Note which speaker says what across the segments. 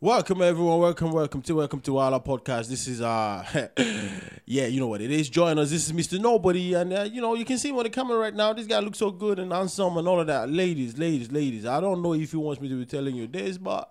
Speaker 1: Welcome everyone, welcome, welcome to welcome to our podcast. This is uh yeah, you know what it is. Join us. This is Mr. Nobody, and uh, you know you can see him on the camera right now. This guy looks so good and handsome and all of that. Ladies, ladies, ladies. I don't know if he wants me to be telling you this, but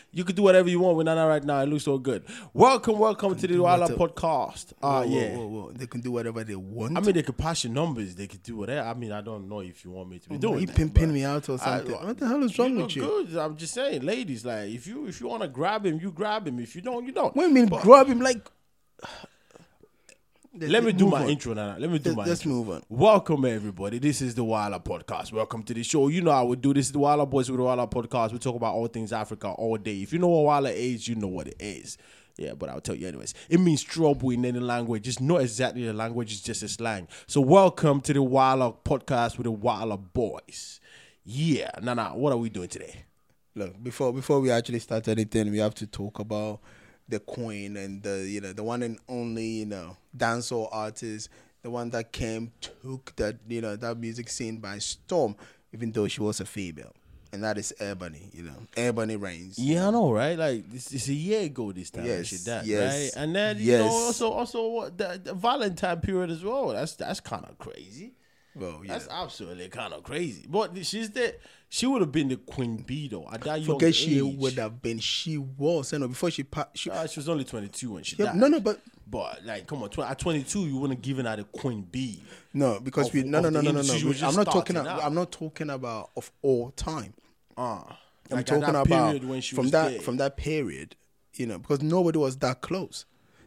Speaker 1: you could do whatever you want with Nana right now. It looks so good. Welcome, welcome to the
Speaker 2: do
Speaker 1: Wala
Speaker 2: what-
Speaker 1: podcast. Uh
Speaker 2: Whoa,
Speaker 1: yeah.
Speaker 2: whoa, whoa, whoa. They can do whatever they want.
Speaker 1: I mean, they could pass your numbers. They could do whatever. I mean, I don't know if you want me to be
Speaker 2: Are
Speaker 1: doing.
Speaker 2: you
Speaker 1: that,
Speaker 2: Oh, pimping
Speaker 1: but-
Speaker 2: me out or
Speaker 1: I-
Speaker 2: something? what the hell is wrong
Speaker 1: you
Speaker 2: with you?
Speaker 1: look Good. I'm just saying, ladies, like if you if you want to grab him, you grab him. If you don't, you don't.
Speaker 2: What do you mean, grab him like?
Speaker 1: Let me do
Speaker 2: Move
Speaker 1: my
Speaker 2: on.
Speaker 1: intro now. Let me do
Speaker 2: Let's-
Speaker 1: my
Speaker 2: let's
Speaker 1: intro.
Speaker 2: move on.
Speaker 1: Welcome everybody. This is the Wilder Podcast. Welcome to the show. You know how we do. This is the Wilder Boys with the Wilder Podcast. We talk about all things Africa all day. If you know what Wilder is, you know what it is. Yeah, but I'll tell you anyways. It means trouble in any language. It's not exactly the language, it's just a slang. So welcome to the Wilder Podcast with the Wilder Boys. Yeah. Nah nah, what are we doing today?
Speaker 2: Look, before before we actually start anything, we have to talk about the queen and the you know the one and only you know dancehall artist, the one that came took that you know that music scene by storm, even though she was a female, and that is Ebony. You know, Ebony Reigns.
Speaker 1: Yeah, I know, right? Like this is a year ago this time. Yes,
Speaker 2: Yes,
Speaker 1: shit, that,
Speaker 2: yes,
Speaker 1: right? And then you know
Speaker 2: yes.
Speaker 1: also also what the, the Valentine period as well. That's that's kind of crazy.
Speaker 2: Well, yeah.
Speaker 1: That's absolutely kind of crazy. But she's the she would have been the queen bee though. At that young
Speaker 2: Forget she
Speaker 1: age.
Speaker 2: would have been. She was. You know, before she passed. She,
Speaker 1: Uh, she was only twenty two when she
Speaker 2: Yeah,
Speaker 1: died.
Speaker 2: no, no, but-
Speaker 1: but like, come on, tw- at twenty two, you wouldn't have given her the queen bee.
Speaker 2: No, because
Speaker 1: of-
Speaker 2: we no
Speaker 1: of
Speaker 2: no no
Speaker 1: the
Speaker 2: no no no.
Speaker 1: industry you
Speaker 2: we- I'm
Speaker 1: just
Speaker 2: not talking.
Speaker 1: started
Speaker 2: About,
Speaker 1: out.
Speaker 2: I'm not talking about of all time.
Speaker 1: Uh,
Speaker 2: I'm
Speaker 1: like, at
Speaker 2: talking
Speaker 1: that
Speaker 2: about
Speaker 1: period when she
Speaker 2: from
Speaker 1: was
Speaker 2: that
Speaker 1: there.
Speaker 2: from that period, you know, because nobody was that close.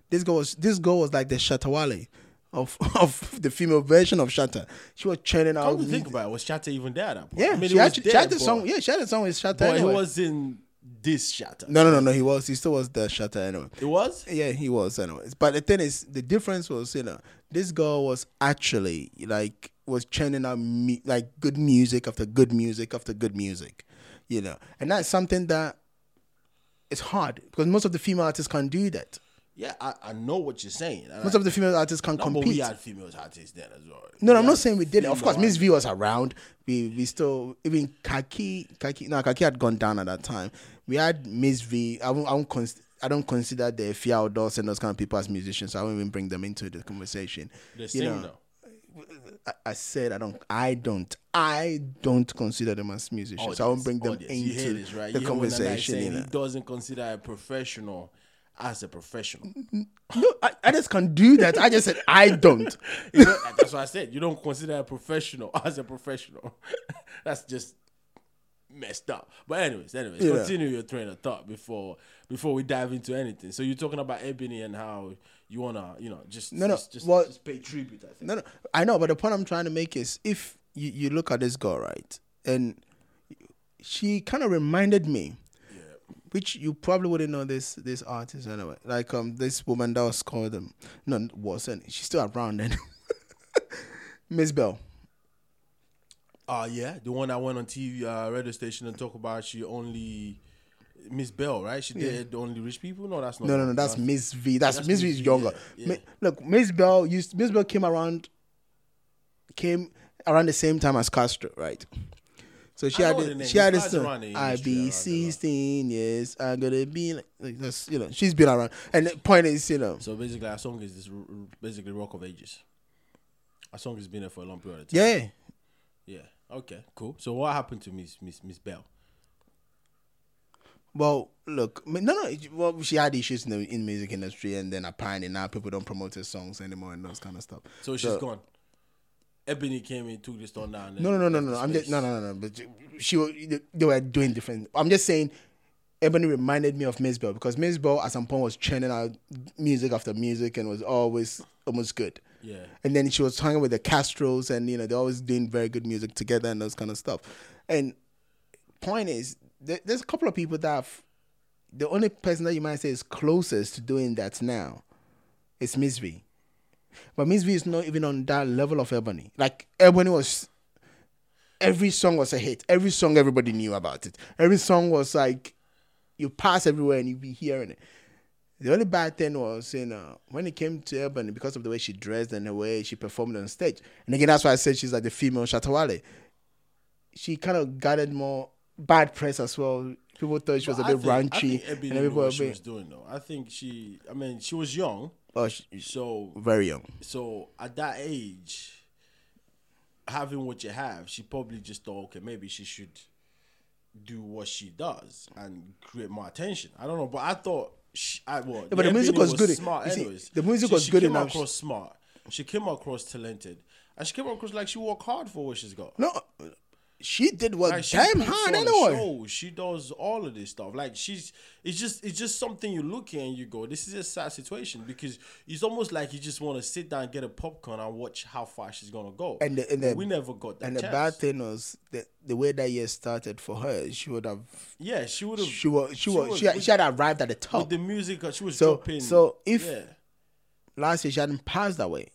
Speaker 2: This girl was this girl was like the Shatawale of of the female version of Shatta. She was churning out.
Speaker 1: Come to think
Speaker 2: music.
Speaker 1: about it, was Shatta even there at that point?
Speaker 2: yeah,
Speaker 1: I mean,
Speaker 2: she,
Speaker 1: it was
Speaker 2: had, she had
Speaker 1: there,
Speaker 2: the song.
Speaker 1: but-
Speaker 2: Yeah, she had the song with Shatta.
Speaker 1: but it
Speaker 2: anyway.
Speaker 1: was in this Shatta.
Speaker 2: no no no no. He was he still was the Shatta anyway.
Speaker 1: It was.
Speaker 2: Yeah, he was, anyways. But the thing is, the difference was, you know, this girl was actually like was churning out mu- like good music after good music after good music, you know, and that's something that it's hard because most of the female artists can't do that.
Speaker 1: Yeah, I, I know what you're saying. And
Speaker 2: Most
Speaker 1: I-
Speaker 2: of the female artists can't
Speaker 1: no, but we
Speaker 2: compete.
Speaker 1: had females artists then as well.
Speaker 2: No, no,
Speaker 1: We
Speaker 2: I'm not
Speaker 1: had
Speaker 2: saying we didn't. Of
Speaker 1: female
Speaker 2: course, Miss V was around. We we still even Kaki Kaki no Kaki had gone down at that time. We had Miss V. I won't, I won't cons- I don't consider the Fiao Dos and those kind of people as musicians, so I won't even bring them into the conversation.
Speaker 1: They sing though.
Speaker 2: I, I said I don't I don't I don't consider them as musicians. so I won't bring them
Speaker 1: audience. You hear
Speaker 2: into
Speaker 1: this, right?
Speaker 2: the
Speaker 1: you hear when Nanai
Speaker 2: conversation.
Speaker 1: saying
Speaker 2: you
Speaker 1: He
Speaker 2: know.
Speaker 1: doesn't consider a professional as a professional.
Speaker 2: No, I, I just can't do that. I just said I don't.
Speaker 1: You know, that's what I said. You don't consider a professional as a professional. that's just messed up. But anyways, anyways,
Speaker 2: Yeah.
Speaker 1: continue your train of thought before before we dive into anything. So you're talking about Ebony and how you wanna, you know, just
Speaker 2: No, no,
Speaker 1: just, just,
Speaker 2: well-
Speaker 1: just pay tribute. I think.
Speaker 2: No, no, I know, but the point I'm trying to make is if you, you look at this girl, right, and she kind of reminded me, which you probably wouldn't know this this artist anyway. Like um, this woman that was called um, no, wasn't she's still around then? Miss Bell.
Speaker 1: Uh yeah, the one that went on TV uh, radio station and talk about she only Miss Bell, right? She did the only rich people. No, that's not.
Speaker 2: No, no, no. That's Miss V. That's,
Speaker 1: That's
Speaker 2: Miss V
Speaker 1: Miss
Speaker 2: is
Speaker 1: V,
Speaker 2: younger.
Speaker 1: yeah,
Speaker 2: Mi-
Speaker 1: yeah.
Speaker 2: Look, Miss Bell used Miss Bell came around, came around the same time as Castro, right? So she
Speaker 1: I
Speaker 2: had
Speaker 1: know the
Speaker 2: the,
Speaker 1: name.
Speaker 2: she had
Speaker 1: It
Speaker 2: this
Speaker 1: flies around in
Speaker 2: song.
Speaker 1: the
Speaker 2: I
Speaker 1: industry around
Speaker 2: be
Speaker 1: there,
Speaker 2: sixteen, yes, I gotta be like, like that's you know she's been around. And the point is, you know,
Speaker 1: So basically, our song is this r- r- basically Rock of Ages. Our song has been there for a long period of time.
Speaker 2: yeah,
Speaker 1: Yeah. Okay. Cool. So what happened to Miss Miss Miss Bell?
Speaker 2: Well, look, I mean, no, no. it- Well, she had issues in the in music industry, and then apparently now people don't promote her songs anymore and those kind of stuff.
Speaker 1: So she's gone. Ebony came in, took this song down. and
Speaker 2: No, no, no,
Speaker 1: left
Speaker 2: no, no.
Speaker 1: the
Speaker 2: I'm just
Speaker 1: space.
Speaker 2: no, no, no, no. But she, wa- they were doing different. I'm just saying. Ebony reminded me of Miss Bell because Miss Bell at some point was churning out music after music and was always almost good.
Speaker 1: Yeah.
Speaker 2: And then she was hanging with the Castros and you know they're always doing very good music together and those kind of stuff. And point is, there, there's a couple of people that have, the only person that you might say is closest to doing that now is Miss V. But Miss V is not even on that level of Ebony. Like Ebony was every song was a hit. Every song everybody knew about it. Every song was like you pass everywhere and you be hearing it. The only bad thing was, you know, when it came to Ebony, because of the way she dressed and the way she performed on stage. And again, that's why I said she's like the female Shatawale. She kind of gathered more bad press as well people thought she was
Speaker 1: But
Speaker 2: a bit
Speaker 1: I think- I
Speaker 2: raunchy,
Speaker 1: think Ebby
Speaker 2: and
Speaker 1: didn't know
Speaker 2: everybody
Speaker 1: what
Speaker 2: was
Speaker 1: she was doing though. I think she. I mean, she was young,
Speaker 2: oh, she's
Speaker 1: so
Speaker 2: very young.
Speaker 1: so at that age, having what you have, she probably just thought, okay, maybe she should do what she does and create more attention. I don't know, but I thought, she, I well,
Speaker 2: but the
Speaker 1: Ebony
Speaker 2: music was good.
Speaker 1: Smart,
Speaker 2: You see,
Speaker 1: anyways.
Speaker 2: the music
Speaker 1: she,
Speaker 2: was
Speaker 1: she
Speaker 2: good
Speaker 1: came
Speaker 2: enough.
Speaker 1: across smart. She came across talented, and she came across like she worked hard for what she's got.
Speaker 2: No, she did what
Speaker 1: Like, she
Speaker 2: damn
Speaker 1: puts
Speaker 2: hard
Speaker 1: on
Speaker 2: anyway.
Speaker 1: shows. She does all of this stuff. Like she's, it's just, it's just something you look at and you go, this is a sad situation because it's almost like you just want to sit down, get a popcorn, and watch how far she's gonna go.
Speaker 2: And the- and the-
Speaker 1: we never got that
Speaker 2: And the
Speaker 1: chance.
Speaker 2: bad thing was that the way that year started for her, she would have,
Speaker 1: yeah, she would have.
Speaker 2: she was, she was, she,
Speaker 1: with-
Speaker 2: had, she had arrived at the top.
Speaker 1: with the music. uh, She was
Speaker 2: So-
Speaker 1: dropping.
Speaker 2: so if-
Speaker 1: yeah,
Speaker 2: Last year, she hadn't passed away.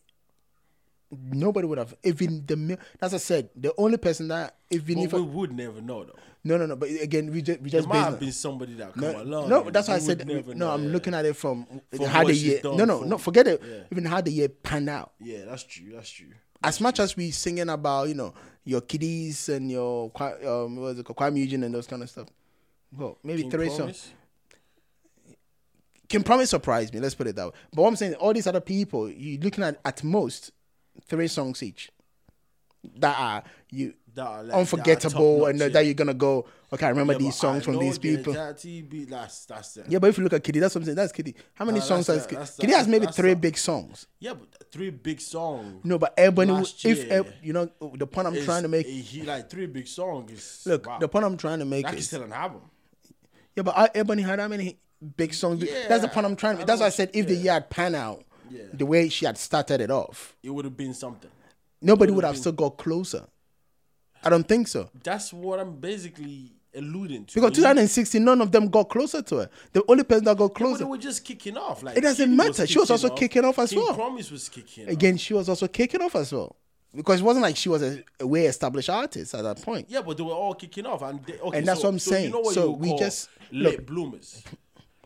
Speaker 2: Nobody would have even the. mil- That's what I said. The only person that even
Speaker 1: but
Speaker 2: if
Speaker 1: we would never know though.
Speaker 2: no no no. But again, we just we
Speaker 1: There
Speaker 2: just
Speaker 1: might
Speaker 2: based
Speaker 1: have
Speaker 2: on,
Speaker 1: been somebody that come
Speaker 2: no,
Speaker 1: along.
Speaker 2: no.
Speaker 1: and
Speaker 2: That's why I
Speaker 1: we would
Speaker 2: said
Speaker 1: never
Speaker 2: no.
Speaker 1: know,
Speaker 2: I'm
Speaker 1: yeah.
Speaker 2: looking at it from,
Speaker 1: From
Speaker 2: how the
Speaker 1: what she's
Speaker 2: year.
Speaker 1: done,
Speaker 2: No no
Speaker 1: from-
Speaker 2: no. Forget it.
Speaker 1: yeah.
Speaker 2: Even how the year panned out.
Speaker 1: Yeah, that's true. That's true.
Speaker 2: as much as we singing about you know your kiddies and your Kwa- um what is it called Kwame Eugene and those kind of stuff. Well, maybe
Speaker 1: King
Speaker 2: three songs.
Speaker 1: Promise?
Speaker 2: Can promise surprise me. Let's put it that way. But what I'm saying, all these other people, you're looking at at most three songs each that are you
Speaker 1: That are like- that are
Speaker 2: unforgettable
Speaker 1: top-notch,
Speaker 2: and uh, that
Speaker 1: yeah.
Speaker 2: you're gonna go. Okay, I remember
Speaker 1: Yeah,
Speaker 2: these
Speaker 1: but
Speaker 2: songs
Speaker 1: I
Speaker 2: from
Speaker 1: know
Speaker 2: these
Speaker 1: the
Speaker 2: people.
Speaker 1: entirety be- that's that's it.
Speaker 2: Yeah, but if you look at Kitty, that's something. That's Kitty. How many
Speaker 1: No,
Speaker 2: songs
Speaker 1: that's
Speaker 2: has
Speaker 1: a-
Speaker 2: Kitty?
Speaker 1: that's a-
Speaker 2: Kitty has maybe
Speaker 1: that's
Speaker 2: three
Speaker 1: a-
Speaker 2: big songs.
Speaker 1: Yeah, but three big songs.
Speaker 2: No, but Ebony,
Speaker 1: Last
Speaker 2: if
Speaker 1: year
Speaker 2: Eb- you know the point I'm
Speaker 1: is-
Speaker 2: trying to make.
Speaker 1: he like three big songs. Is,
Speaker 2: Look,
Speaker 1: wow.
Speaker 2: the point I'm trying to make
Speaker 1: that is
Speaker 2: is
Speaker 1: still an album.
Speaker 2: Yeah, but uh, Ebony had how many big songs? That's the
Speaker 1: Yeah,
Speaker 2: point I'm trying
Speaker 1: I
Speaker 2: to. That's why I
Speaker 1: don't-
Speaker 2: said if the year had pan out,
Speaker 1: Yeah.
Speaker 2: the way she had started it off,
Speaker 1: It would have been something.
Speaker 2: nobody would have still got closer. I don't think so
Speaker 1: That's what I'm basically alluding to.
Speaker 2: because
Speaker 1: It
Speaker 2: 2016, none of them got closer to her. The only person that got
Speaker 1: was- but
Speaker 2: closer
Speaker 1: they were just kicking off. Like
Speaker 2: It doesn't
Speaker 1: Kitty
Speaker 2: matter. She was also kicking off as
Speaker 1: King
Speaker 2: well.
Speaker 1: Promise was kicking. off.
Speaker 2: again, she was also kicking off as well because it wasn't like she was a, a way established artist at that point.
Speaker 1: Yeah, but they were all kicking off, and they, okay,
Speaker 2: And that's
Speaker 1: so-
Speaker 2: what I'm
Speaker 1: so
Speaker 2: saying.
Speaker 1: You know what
Speaker 2: So
Speaker 1: you
Speaker 2: we
Speaker 1: call
Speaker 2: just-
Speaker 1: late
Speaker 2: look.
Speaker 1: bloomers.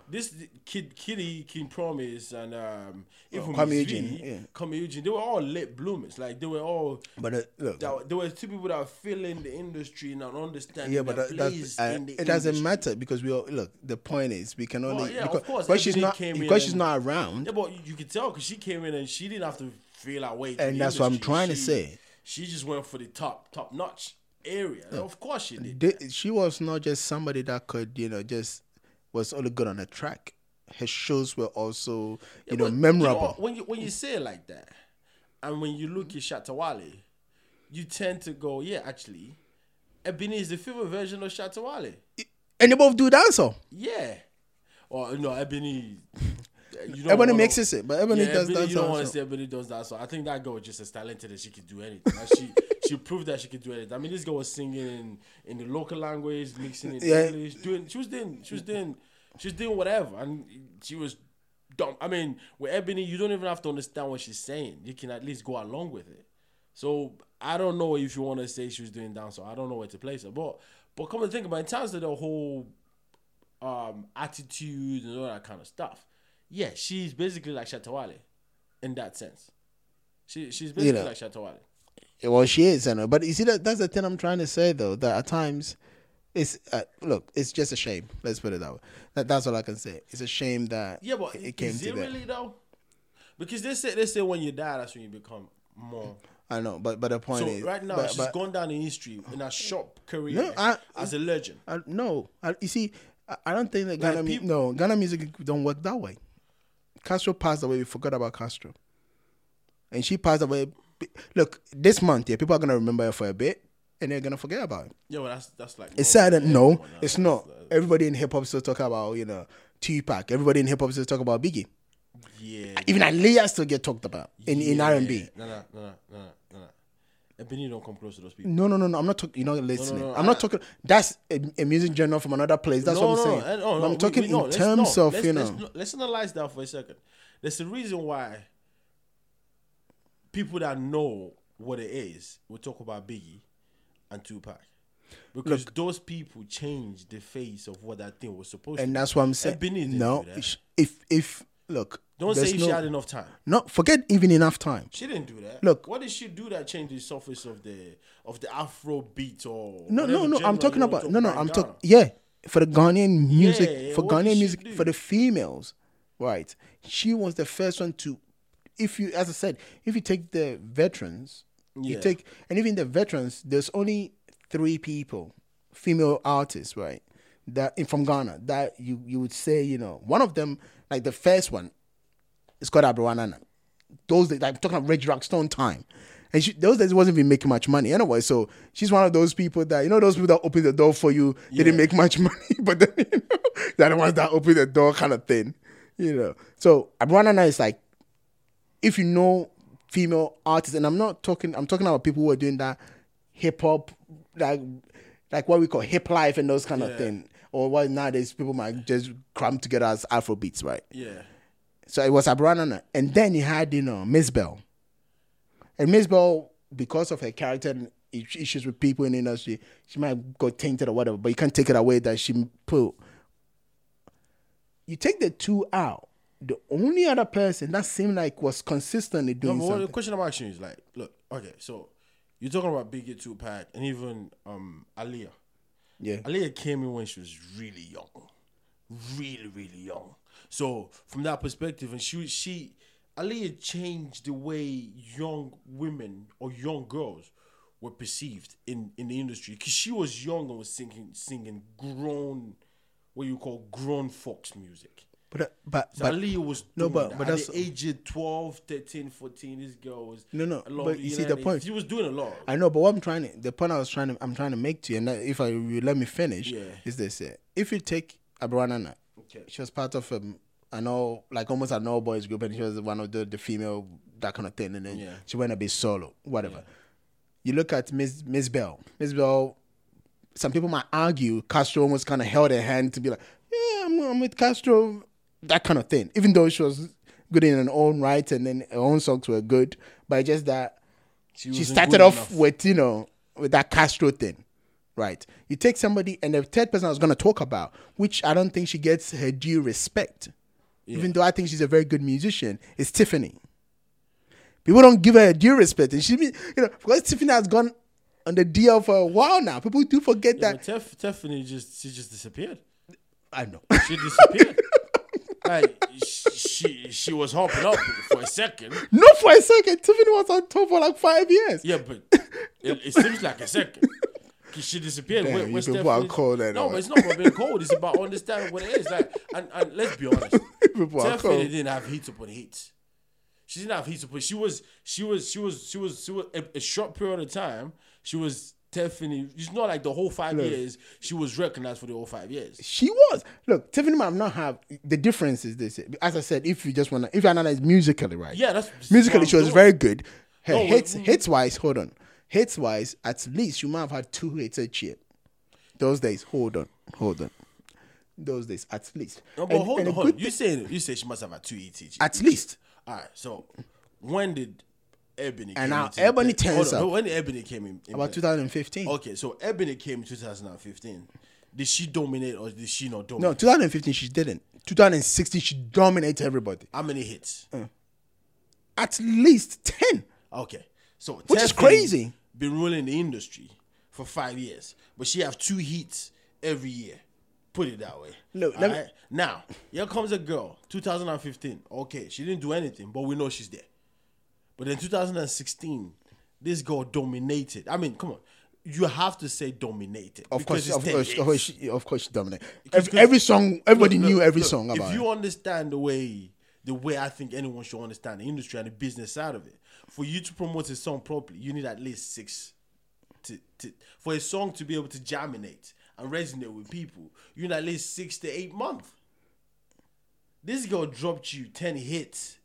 Speaker 1: This kid, Kitty, King Promise, and um, even
Speaker 2: Kwame
Speaker 1: Miss
Speaker 2: Eugene,
Speaker 1: V,
Speaker 2: yeah.
Speaker 1: Kwame Eugene, they were all late bloomers. Like they were all.
Speaker 2: But uh, look,
Speaker 1: That, there were two people that were filling the industry and understanding
Speaker 2: yeah, but
Speaker 1: their
Speaker 2: that, that's,
Speaker 1: place
Speaker 2: uh,
Speaker 1: in the
Speaker 2: it doesn't
Speaker 1: industry.
Speaker 2: matter because we all look. The point is, we can only
Speaker 1: Well, yeah, of
Speaker 2: because,
Speaker 1: course,
Speaker 2: because she's
Speaker 1: Ebony
Speaker 2: not
Speaker 1: came in
Speaker 2: because she's
Speaker 1: and-
Speaker 2: not around.
Speaker 1: Yeah, but you- you could tell because she came in and she didn't have to feel our way. to
Speaker 2: And
Speaker 1: the
Speaker 2: that's what I'm
Speaker 1: industry.
Speaker 2: trying to
Speaker 1: She-
Speaker 2: say.
Speaker 1: She just went for the top, top notch area. Of course she did.
Speaker 2: They, she was not just somebody that could, you know, just was only good on a track. Her shows were also, you know,
Speaker 1: But,
Speaker 2: memorable.
Speaker 1: you know, when you when you say it like that, and when you look at Shatawale, you tend to go, yeah, actually, Ebony is the female version of Shatawale.
Speaker 2: and they both do dancehall.
Speaker 1: Yeah, or no, Ebony. You don't
Speaker 2: Ebony
Speaker 1: wanna-
Speaker 2: mixes it, but Ebony
Speaker 1: yeah,
Speaker 2: does
Speaker 1: Ebony, You don't
Speaker 2: dancehall.
Speaker 1: want to
Speaker 2: also.
Speaker 1: say Ebony does that. So I think that girl was just as talented as she could do anything. Like, she she proved that she could do anything. I mean, this girl was singing in, in the local language, mixing in
Speaker 2: Yeah.
Speaker 1: English, doing. She was doing. She was doing. She was doing whatever, and she was dumb. I mean, with Ebony, you don't even have to understand what she's saying. You can at least go along with it. So I don't know if you want to say she was doing down. So I don't know where to place her. But but come to think about, it, in terms of the whole um attitude and all that kind of stuff. Yeah, she's basically like Shatawale in that sense. She she's basically
Speaker 2: know.
Speaker 1: like Shatawale.
Speaker 2: Well, she is, you know. But you see, that that's the thing I'm trying to say though. That at times, it's uh, look, it's just a shame. Let's put it that way. That, that's all I can say. It's a shame that
Speaker 1: Yeah, but
Speaker 2: it, it came
Speaker 1: is
Speaker 2: to
Speaker 1: it
Speaker 2: that.
Speaker 1: really though? Because they say they say when you die, that's when you become more.
Speaker 2: I know, but but the
Speaker 1: So
Speaker 2: point is,
Speaker 1: right now
Speaker 2: but-
Speaker 1: she's
Speaker 2: but-
Speaker 1: gone down in history in her short career
Speaker 2: No, I-
Speaker 1: as a legend.
Speaker 2: I, no, I, you see, I, I don't think that Ghana. mu-
Speaker 1: people-
Speaker 2: no, Ghana music don't work that way. Castro passed away. We forgot about Castro, and she passed away. b- Look, this month, yeah, people are gonna remember her for a bit, and they're gonna forget about it.
Speaker 1: Yeah, well that's that's like
Speaker 2: It's sad that no,
Speaker 1: Everyone,
Speaker 2: it's
Speaker 1: uh,
Speaker 2: not. Everybody in hip hop still talk about you know Tupac. Everybody in hip hop still talk about Biggie.
Speaker 1: Yeah.
Speaker 2: Even Aliyah still get talked about in in
Speaker 1: yeah.
Speaker 2: R and B.
Speaker 1: No, no, no, no, no, no, no. Ebony don't come close to those people.
Speaker 2: No, no, no, no. I'm not talking. You're not listening.
Speaker 1: no,
Speaker 2: I'm
Speaker 1: I-
Speaker 2: not talking. That's a, a music genre from another place. That's what I'm saying.
Speaker 1: and- oh,
Speaker 2: But
Speaker 1: no,
Speaker 2: I'm
Speaker 1: we-
Speaker 2: talking
Speaker 1: we- no,
Speaker 2: in
Speaker 1: let's-
Speaker 2: terms
Speaker 1: no,
Speaker 2: of
Speaker 1: let's,
Speaker 2: you
Speaker 1: let's
Speaker 2: know.
Speaker 1: no- Let's analyze that for a second. There's a reason why people that know what it is will talk about Biggie and Tupac because those people changed the face of what that thing was supposed to.
Speaker 2: And
Speaker 1: be.
Speaker 2: that's what I'm saying.
Speaker 1: Ebony didn't
Speaker 2: no,
Speaker 1: do that.
Speaker 2: sh- if if look,
Speaker 1: Don't
Speaker 2: there's
Speaker 1: say
Speaker 2: no,
Speaker 1: she had enough time.
Speaker 2: no. Forget even enough time.
Speaker 1: She didn't do that.
Speaker 2: Look.
Speaker 1: what did she do that changed the surface of the of the Afro beat or
Speaker 2: No,
Speaker 1: whatever
Speaker 2: no, no.
Speaker 1: genre
Speaker 2: I'm
Speaker 1: you
Speaker 2: talking
Speaker 1: wanna
Speaker 2: about
Speaker 1: talk
Speaker 2: no, no.
Speaker 1: about in
Speaker 2: I'm
Speaker 1: Ghana?
Speaker 2: talking. Yeah, for the Ghanaian music,
Speaker 1: Yeah,
Speaker 2: for
Speaker 1: what did
Speaker 2: Ghanaian
Speaker 1: she
Speaker 2: music,
Speaker 1: do?
Speaker 2: for the females, right? She was the first one to, if you, as I said, if you take the veterans,
Speaker 1: Yeah.
Speaker 2: you take, and even the veterans, there's only three people, female artists, right? That from Ghana that you you would say, you know, one of them, like the first one, it's called Abrawanana. Those days, like, I'm talking about Reg Rockstone time. And she, those days, wasn't even making much money anyway. So she's one of those people that, you know, those people that open the door for you, they didn't make much money, but then, you know, they're the ones that open the door kind of thing, you know. So Abrawanana is like, if you know female artists, and I'm not talking, I'm talking about people who are doing that hip hop, like, like what we call hip life and those kind of thing. Or what nowadays people might just cram together as Afro beats, right?
Speaker 1: Yeah.
Speaker 2: So it was Abranana. And then you had, you know, Miss Bell. And Miss Bell, because of her character and i- issues with people in the industry, she might have got tainted or whatever, but you can't take it away that she put. You take the two out, the only other person that seemed like was consistently
Speaker 1: No,
Speaker 2: doing
Speaker 1: but what the
Speaker 2: something.
Speaker 1: question I'm asking you is like, look, okay, so you're talking about Biggie Tupac and even um Aaliyah.
Speaker 2: Yeah.
Speaker 1: Aaliyah came in when she was really young, really, really young. So from that perspective, and she she Aaliyah changed the way young women or young girls were perceived in in the industry because she was young and was singing singing grown, what you call grown folks music.
Speaker 2: But, but,
Speaker 1: So
Speaker 2: but
Speaker 1: Aaliyah was
Speaker 2: no,
Speaker 1: doing
Speaker 2: but-
Speaker 1: that.
Speaker 2: but
Speaker 1: At
Speaker 2: that's-
Speaker 1: the age of 12, 13, 14, this girl was
Speaker 2: No, no,
Speaker 1: a lot-
Speaker 2: but you see
Speaker 1: know what I
Speaker 2: the
Speaker 1: mean?
Speaker 2: point.
Speaker 1: She was doing a lot.
Speaker 2: I know, but what I'm trying to, the point I was trying to, I'm trying to make to you, and that- if I you let me finish,
Speaker 1: Yeah.
Speaker 2: is this: here. if you take Abranana,
Speaker 1: Okay.
Speaker 2: she was part of um, an all like almost an all boys group, and she was one of the, the female that kind of thing, and then
Speaker 1: Yeah.
Speaker 2: she went a bit solo, whatever. You look at Miss Miss Bell, Miss Bell. Some people might argue Castro almost kind of held her hand to be like, yeah, I'm, I'm with Castro, that kind of thing. Even though she was good in her own right, and then her own songs were good, but just that she
Speaker 1: wasn't
Speaker 2: started
Speaker 1: good
Speaker 2: off
Speaker 1: enough.
Speaker 2: with you know with that Castro thing, right? You take somebody, and the third person I was going to talk about, which I don't think she gets her due respect, even though I think she's a very good musician, is Tiffany. People don't give her due respect, and she, be- you know, because Tiffany has gone on the DL for a while now. People do forget
Speaker 1: But
Speaker 2: that.
Speaker 1: Tef- Tiffany just she just disappeared.
Speaker 2: I know.
Speaker 1: She disappeared. like she, she she was hopping up for a second.
Speaker 2: Not for a second. Tiffany was on top for like five years.
Speaker 1: Yeah, but it, it seems like a second. 'Cause she disappeared.
Speaker 2: Damn,
Speaker 1: Where-
Speaker 2: you
Speaker 1: where's
Speaker 2: people are
Speaker 1: Tiffany?
Speaker 2: cold and
Speaker 1: No,
Speaker 2: all.
Speaker 1: but it's not about being cold. It's about understanding what it is. Like, and, and let's be honest,
Speaker 2: People are
Speaker 1: Tiffany
Speaker 2: cold.
Speaker 1: didn't have heat upon heat. She didn't have heat upon. She was she was she was she was she was a, a short period of time. She was Tiffany. It's not like the whole five years. She was recognized for the whole five years.
Speaker 2: She was. Look, Tiffany might not have the difference is this. As I said, if you just wanna if you analyze musically, right?
Speaker 1: Yeah, that's- that's what
Speaker 2: musically
Speaker 1: I'm
Speaker 2: she was
Speaker 1: doing.
Speaker 2: very good. Her
Speaker 1: No,
Speaker 2: hits
Speaker 1: we- we-
Speaker 2: hits wise, hold on. Hits wise, at least you might have had two hits each year. Those days, hold on, hold on. Those days, at least.
Speaker 1: No, but
Speaker 2: And-
Speaker 1: hold
Speaker 2: and a
Speaker 1: on, hold
Speaker 2: good
Speaker 1: on. You saying you say she must have had two E ETG.
Speaker 2: At least.
Speaker 1: All right. So when did Ebony
Speaker 2: And
Speaker 1: came
Speaker 2: now
Speaker 1: into the
Speaker 2: Ebony
Speaker 1: play?
Speaker 2: turns
Speaker 1: Hold on,
Speaker 2: up.
Speaker 1: no, When did Ebony came in, in
Speaker 2: about
Speaker 1: play?
Speaker 2: 2015.
Speaker 1: Okay, so Ebony came in 2015. Did she dominate or did she not dominate?
Speaker 2: No, 2015 she didn't. 2016 she dominated everybody.
Speaker 1: How many hits?
Speaker 2: At least 10.
Speaker 1: Okay. So
Speaker 2: Which is crazy.
Speaker 1: Been ruling the industry for five years, but she have two hits every year. Put it that way.
Speaker 2: Look,
Speaker 1: All
Speaker 2: let me-
Speaker 1: right? now here comes a girl, 2015. Okay, she didn't do anything, but we know she's there. But in 2016, this girl dominated. I mean, come on, you have to say dominated.
Speaker 2: Of
Speaker 1: because
Speaker 2: course,
Speaker 1: it's
Speaker 2: of
Speaker 1: 10
Speaker 2: course, of
Speaker 1: hits.
Speaker 2: course, she, of course, she dominated.
Speaker 1: Because-
Speaker 2: Every, every song, everybody
Speaker 1: Look,
Speaker 2: knew
Speaker 1: look,
Speaker 2: every
Speaker 1: look,
Speaker 2: song about.
Speaker 1: If
Speaker 2: her.
Speaker 1: you understand the way the way I think anyone should understand the industry and the business side of it, for you to promote a song properly, you need at least six. To, to for a song to be able to germinate and resonate with people, you need at least six to eight months. This girl dropped you ten hits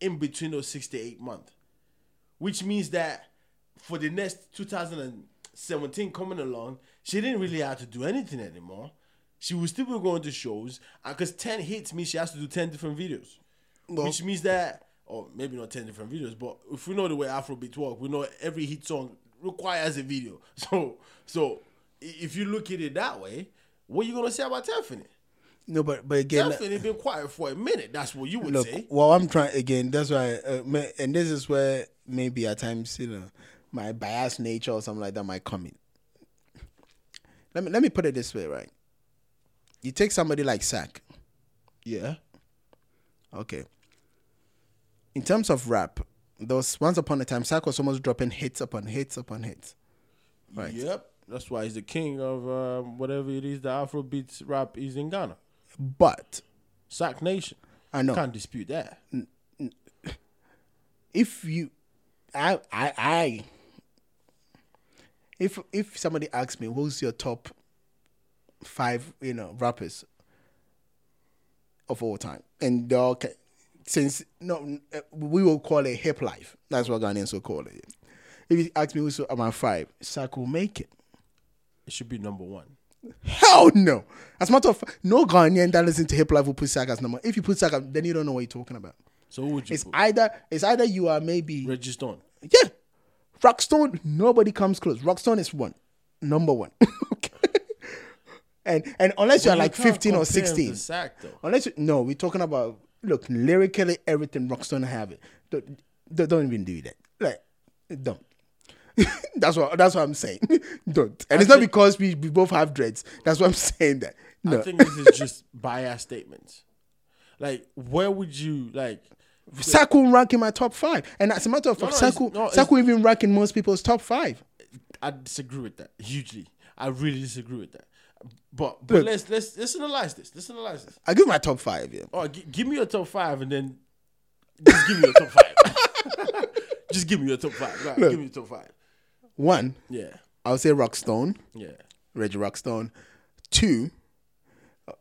Speaker 1: in between those six to eight months which means that for the next 2017 coming along, she didn't really have to do anything anymore. She will still be going to shows, and because 10 hits means she has to do 10 different videos, which means that, or maybe not 10 different videos, but if we know the way Afrobeat work, we know every hit song requires a video. So, so i- if you look at it that way, what you gonna say about Tiffany?
Speaker 2: No, but but again,
Speaker 1: Tiffany been quiet for a minute. That's what you would
Speaker 2: look.
Speaker 1: say.
Speaker 2: Well, I'm trying again. That's why, uh, ma- and this is where maybe at times you know my biased nature or something like that might come in. Let me let me put it this way, right? you take somebody like Sack,
Speaker 1: Yeah.
Speaker 2: okay. In terms of rap, there was once upon a time Sack was almost dropping hits upon hits upon hits. Right.
Speaker 1: Yep. That's why he's the king of um, whatever it is the Afrobeats rap is in Ghana.
Speaker 2: But
Speaker 1: Sack Nation.
Speaker 2: I know.
Speaker 1: Can't dispute that.
Speaker 2: if you I I I if if somebody asks me who's your top five, you know, rappers of all time, and they all ca- since no, uh, we will call it hip life. That's what Ghanaians will call it. If you ask me who's my five, Sack will make it.
Speaker 1: It should be number one.
Speaker 2: Hell no. As a matter of fact, no Ghanaian that listens to hip life will put Sack as number. If you put Sack, up, then you don't know what you're talking about.
Speaker 1: So who would you
Speaker 2: It's
Speaker 1: put?
Speaker 2: either it's either you are maybe
Speaker 1: Register on.
Speaker 2: Yeah. Rockstone, nobody comes close. Rockstone is one. Number one. okay. And and unless you're
Speaker 1: You
Speaker 2: like
Speaker 1: can't
Speaker 2: 15 or
Speaker 1: compare him to
Speaker 2: 16.
Speaker 1: Sack though.
Speaker 2: Unless you, no, we're talking about look, lyrically everything Rockstone have it. Don't, don't don't even do that. Like don't. that's what that's what I'm saying. don't. And it's not because we, we both have dreads. That's what I'm saying that. No.
Speaker 1: I think this is just biased statements. Like, where would you like?
Speaker 2: Saku rank in my top five. And as a matter of fact,
Speaker 1: no, it's-
Speaker 2: Saku,
Speaker 1: no, it's-
Speaker 2: Saku even rank in most people's top five.
Speaker 1: I disagree with that hugely. I really disagree with that. But but let's let's let's analyze this. Let's analyze this.
Speaker 2: I give my top five, yeah.
Speaker 1: Oh, g- give me your top five, and then just give me your top five. just give me your top five. Right, give me your top five.
Speaker 2: One,
Speaker 1: Yeah,
Speaker 2: I would say Rockstone,
Speaker 1: yeah.
Speaker 2: Reggie Rockstone. Two, uh,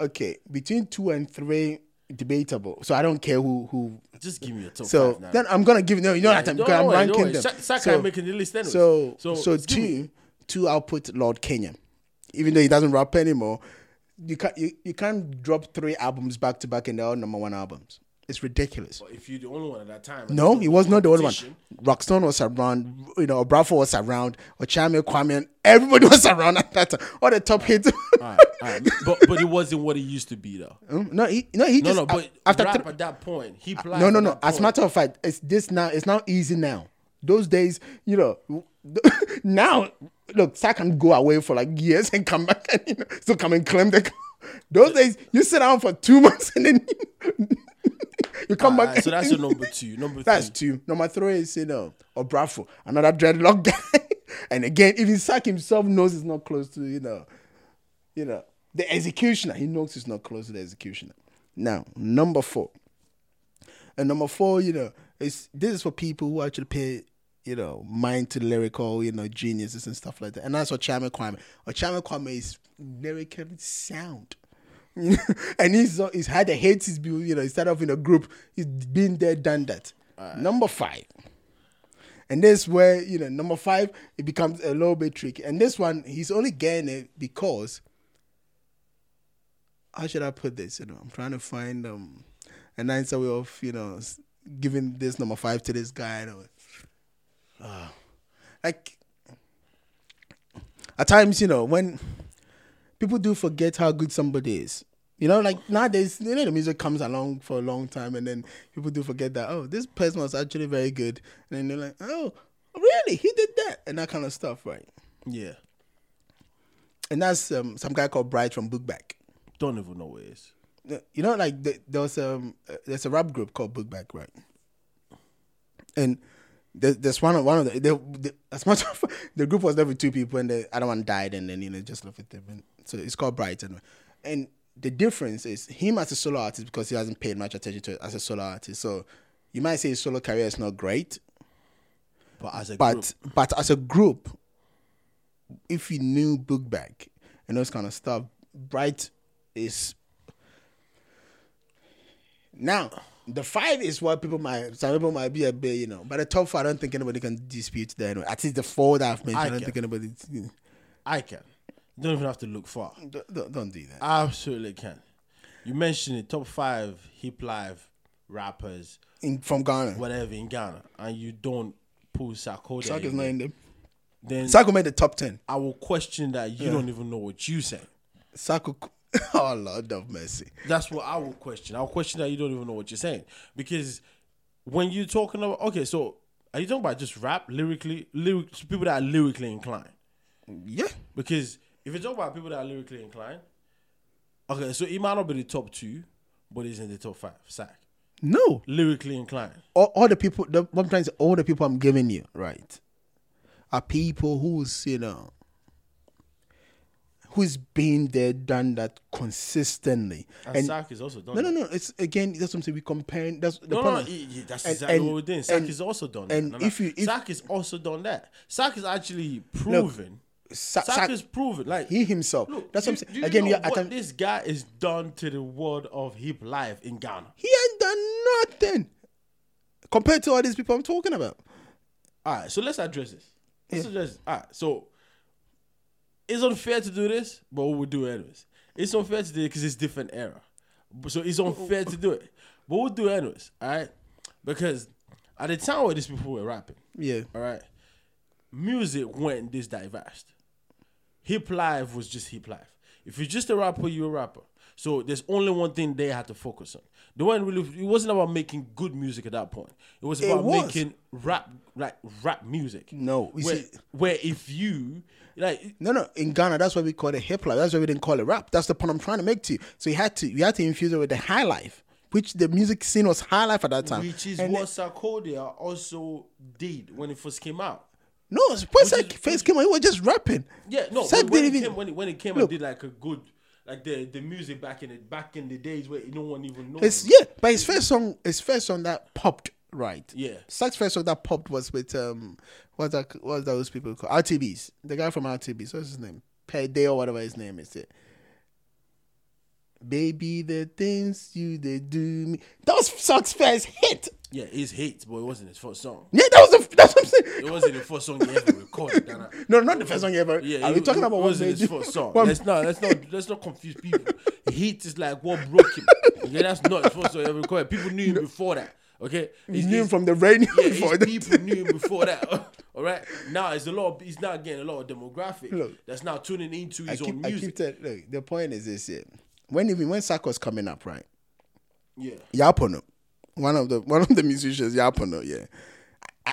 Speaker 2: okay, between two and three, debatable. So I don't care who who.
Speaker 1: Just give me your top
Speaker 2: So
Speaker 1: five now.
Speaker 2: then I'm gonna give no, you know that time because I'm ranking them.
Speaker 1: Saka
Speaker 2: so,
Speaker 1: making the list anyways.
Speaker 2: so
Speaker 1: so
Speaker 2: so
Speaker 1: just give me-
Speaker 2: two two I'll put Lord Kenya, even though he doesn't rap anymore. You can't you, you can't drop three albums back to back and they're all number one albums. It's ridiculous.
Speaker 1: If you're the only one at that time,
Speaker 2: No, he was not the only one.
Speaker 1: competition.
Speaker 2: Rockstone was around, you know, Brafo was around, Ochame Kwame, and everybody was around at that time. All the top hits.
Speaker 1: All right, but but it wasn't what it used to be though.
Speaker 2: Hmm? no, he, no, he
Speaker 1: No,
Speaker 2: just
Speaker 1: no, but
Speaker 2: after
Speaker 1: rap
Speaker 2: thr-
Speaker 1: at that point, he plied
Speaker 2: no, no,
Speaker 1: at
Speaker 2: no.
Speaker 1: that
Speaker 2: As a
Speaker 1: point.
Speaker 2: matter of fact, it's this now. It's now easy now. Those days, you know, now look, Sa can go away for like years and come back and you know, still come and claim the. Those days, you sit down for two months and then you come
Speaker 1: All
Speaker 2: back.
Speaker 1: right, so that's
Speaker 2: and-
Speaker 1: your number two. Number
Speaker 2: That's
Speaker 1: three.
Speaker 2: two. Number three is you know Obrafo, another dreadlock guy. and again, even Sack himself knows it's not close to you know, you know the executioner. He knows it's not close to the executioner. Now number four, and number four, you know, is this is for people who actually pay you know mind to lyrical you know geniuses and stuff like that. And that's what Chama Kwame. Chama Kwame is lyrically sound. and he's he's had a hate his bill, you know, he started off in a group, he's been there, done that. Number five. And this where, you know, number five, it becomes a little bit tricky. And this one, he's only getting it because how should I put this? You know, I'm trying to find um a nicer way of, you know, s- giving this number five to this guy. You know. Ah. like at times, you know, when people do forget how good somebody is. You know, like nowadays, you know, the music comes along for a long time, and then people do forget that oh, this person was actually very good, and then they're like, oh, really, he did that, and that kind of stuff, right?
Speaker 1: Yeah,
Speaker 2: And that's um, some guy called Bright from Bookback.
Speaker 1: don't even know where it is.
Speaker 2: You know, like the, there was um, uh, there's a rap group called Bookback, right? And there, there's one of one of the, they, they, as much of the group was left with two people, and the other one died, and then you know just left with them. And so it's called Brighton. And the difference is him as a solo artist because he hasn't paid much attention to it as a solo artist. So you might say his solo career is not great,
Speaker 1: But as a
Speaker 2: but
Speaker 1: group,
Speaker 2: but as a group, if you knew Bookback and those kind of stuff, Bright is now the five is what people might some people might be a bit you know, but the top four I don't think anybody can dispute that. Anyway. At least the four that I've mentioned, I,
Speaker 1: I
Speaker 2: don't
Speaker 1: can.
Speaker 2: think anybody
Speaker 1: I can. You don't even have to look far.
Speaker 2: don't, don't, don't do that.
Speaker 1: I absolutely can. You mentioned the top five hip live rappers,
Speaker 2: In, from Ghana,
Speaker 1: whatever in Ghana, and you don't pull Sarko.
Speaker 2: Sack is not in them.
Speaker 1: Then
Speaker 2: Saku made the top ten.
Speaker 1: I will question that you don't even know what you saying.
Speaker 2: Saku, oh Lord of mercy.
Speaker 1: That's what I will question. I'll question that you don't even know what you're saying. Because when you're talking about okay, so are you talking about just rap lyrically lyric people that are lyrically inclined?
Speaker 2: Yeah,
Speaker 1: Because if you talk about people that are lyrically inclined, Okay, so he might not be the top two, but he's in the top five. Sack.
Speaker 2: No,
Speaker 1: Lyrically inclined.
Speaker 2: all, all the people. The, what I'm trying to say, all the people I'm giving you, right, are people who's you know, who's been there, done that consistently.
Speaker 1: And, Sack is also done.
Speaker 2: no, no,
Speaker 1: that.
Speaker 2: no. It's again. That's something we comparing. That's the
Speaker 1: No, no,
Speaker 2: problem.
Speaker 1: he- he- that's
Speaker 2: And-
Speaker 1: exactly
Speaker 2: and-
Speaker 1: what we're doing. Sack
Speaker 2: and-
Speaker 1: is also done
Speaker 2: and
Speaker 1: that.
Speaker 2: if you- if-
Speaker 1: Sack is also done that. Sack is actually proven.
Speaker 2: Sa-
Speaker 1: Sack,
Speaker 2: Sa-
Speaker 1: is proven. Like
Speaker 2: he himself.
Speaker 1: Look,
Speaker 2: that's
Speaker 1: do-
Speaker 2: what I'm
Speaker 1: do
Speaker 2: saying.
Speaker 1: you
Speaker 2: Again,
Speaker 1: know
Speaker 2: yeah, at
Speaker 1: what
Speaker 2: times-
Speaker 1: this guy is done to the world of hip life in Ghana.
Speaker 2: he ain't done nothing compared to all these people I'm talking about.
Speaker 1: All right, so let's address this. Let's address. This. All right, so it's unfair to do this, but we will do it anyways. It's unfair to do it because it's different era, B- so it's unfair to do it, but we'll do it anyways. All right, because at the time where these people were rapping,
Speaker 2: Yeah.
Speaker 1: all right, music went this diverse. Hip life was just hip life. If you're just a rapper, you're a rapper. So there's only one thing they had to focus on. They weren't really. It wasn't about making good music at that point. It was about
Speaker 2: was.
Speaker 1: making rap, like rap music.
Speaker 2: No, you
Speaker 1: where,
Speaker 2: see-
Speaker 1: where if you like,
Speaker 2: No, no. In Ghana, that's why we call it hip hop. That's why we didn't call it rap. That's the point I'm trying to make to you. So you had to you had to infuse it with the high life, which the music scene was high life at that time.
Speaker 1: which is
Speaker 2: And
Speaker 1: what Sarkodia also did when it first came out.
Speaker 2: no, when Sack
Speaker 1: is-
Speaker 2: first came out, he was just rapping.
Speaker 1: Yeah, no.
Speaker 2: Sack
Speaker 1: but when,
Speaker 2: didn't
Speaker 1: it
Speaker 2: even.
Speaker 1: came, when it when it came, and
Speaker 2: Look.
Speaker 1: did like a good, like the the music back in the back in the days where no one even knows.
Speaker 2: It's yeah, but his first song, his first song that popped, right?
Speaker 1: Yeah.
Speaker 2: Sack's first song that popped was with um, what's that? What's those people called? RTBs. The guy from RTBs. What's his name? Payday or whatever his name is. It. Baby, the things you they do me. That was Sack's first hit.
Speaker 1: Yeah, it's hits, but it wasn't his first song.
Speaker 2: Yeah, that was the. That's what I'm saying.
Speaker 1: It wasn't the first song he ever recorded. Dana.
Speaker 2: No, not the first song you ever.
Speaker 1: Yeah,
Speaker 2: Are
Speaker 1: it-
Speaker 2: we talking
Speaker 1: it
Speaker 2: about what
Speaker 1: wasn't
Speaker 2: made
Speaker 1: his
Speaker 2: you?
Speaker 1: first song?
Speaker 2: what-
Speaker 1: Let's not, let's not, let's not confuse people. Hit is like what broke him. Okay, that's not his first song he ever recorded. People knew him before that. Okay,
Speaker 2: you
Speaker 1: It's-
Speaker 2: knew him
Speaker 1: it's-
Speaker 2: from the radio.
Speaker 1: yeah, it's
Speaker 2: before that.
Speaker 1: people knew him before that. All right, now it's a lot. Of, he's now getting a lot of demographic
Speaker 2: Look.
Speaker 1: that's now tuning into
Speaker 2: I
Speaker 1: his own
Speaker 2: keep, I keep
Speaker 1: music.
Speaker 2: telling. Look, the point is this: yeah. when even when Sack was coming up, right?
Speaker 1: yeah,
Speaker 2: Yapono, one of the one of the musicians, Yapono, yeah. I-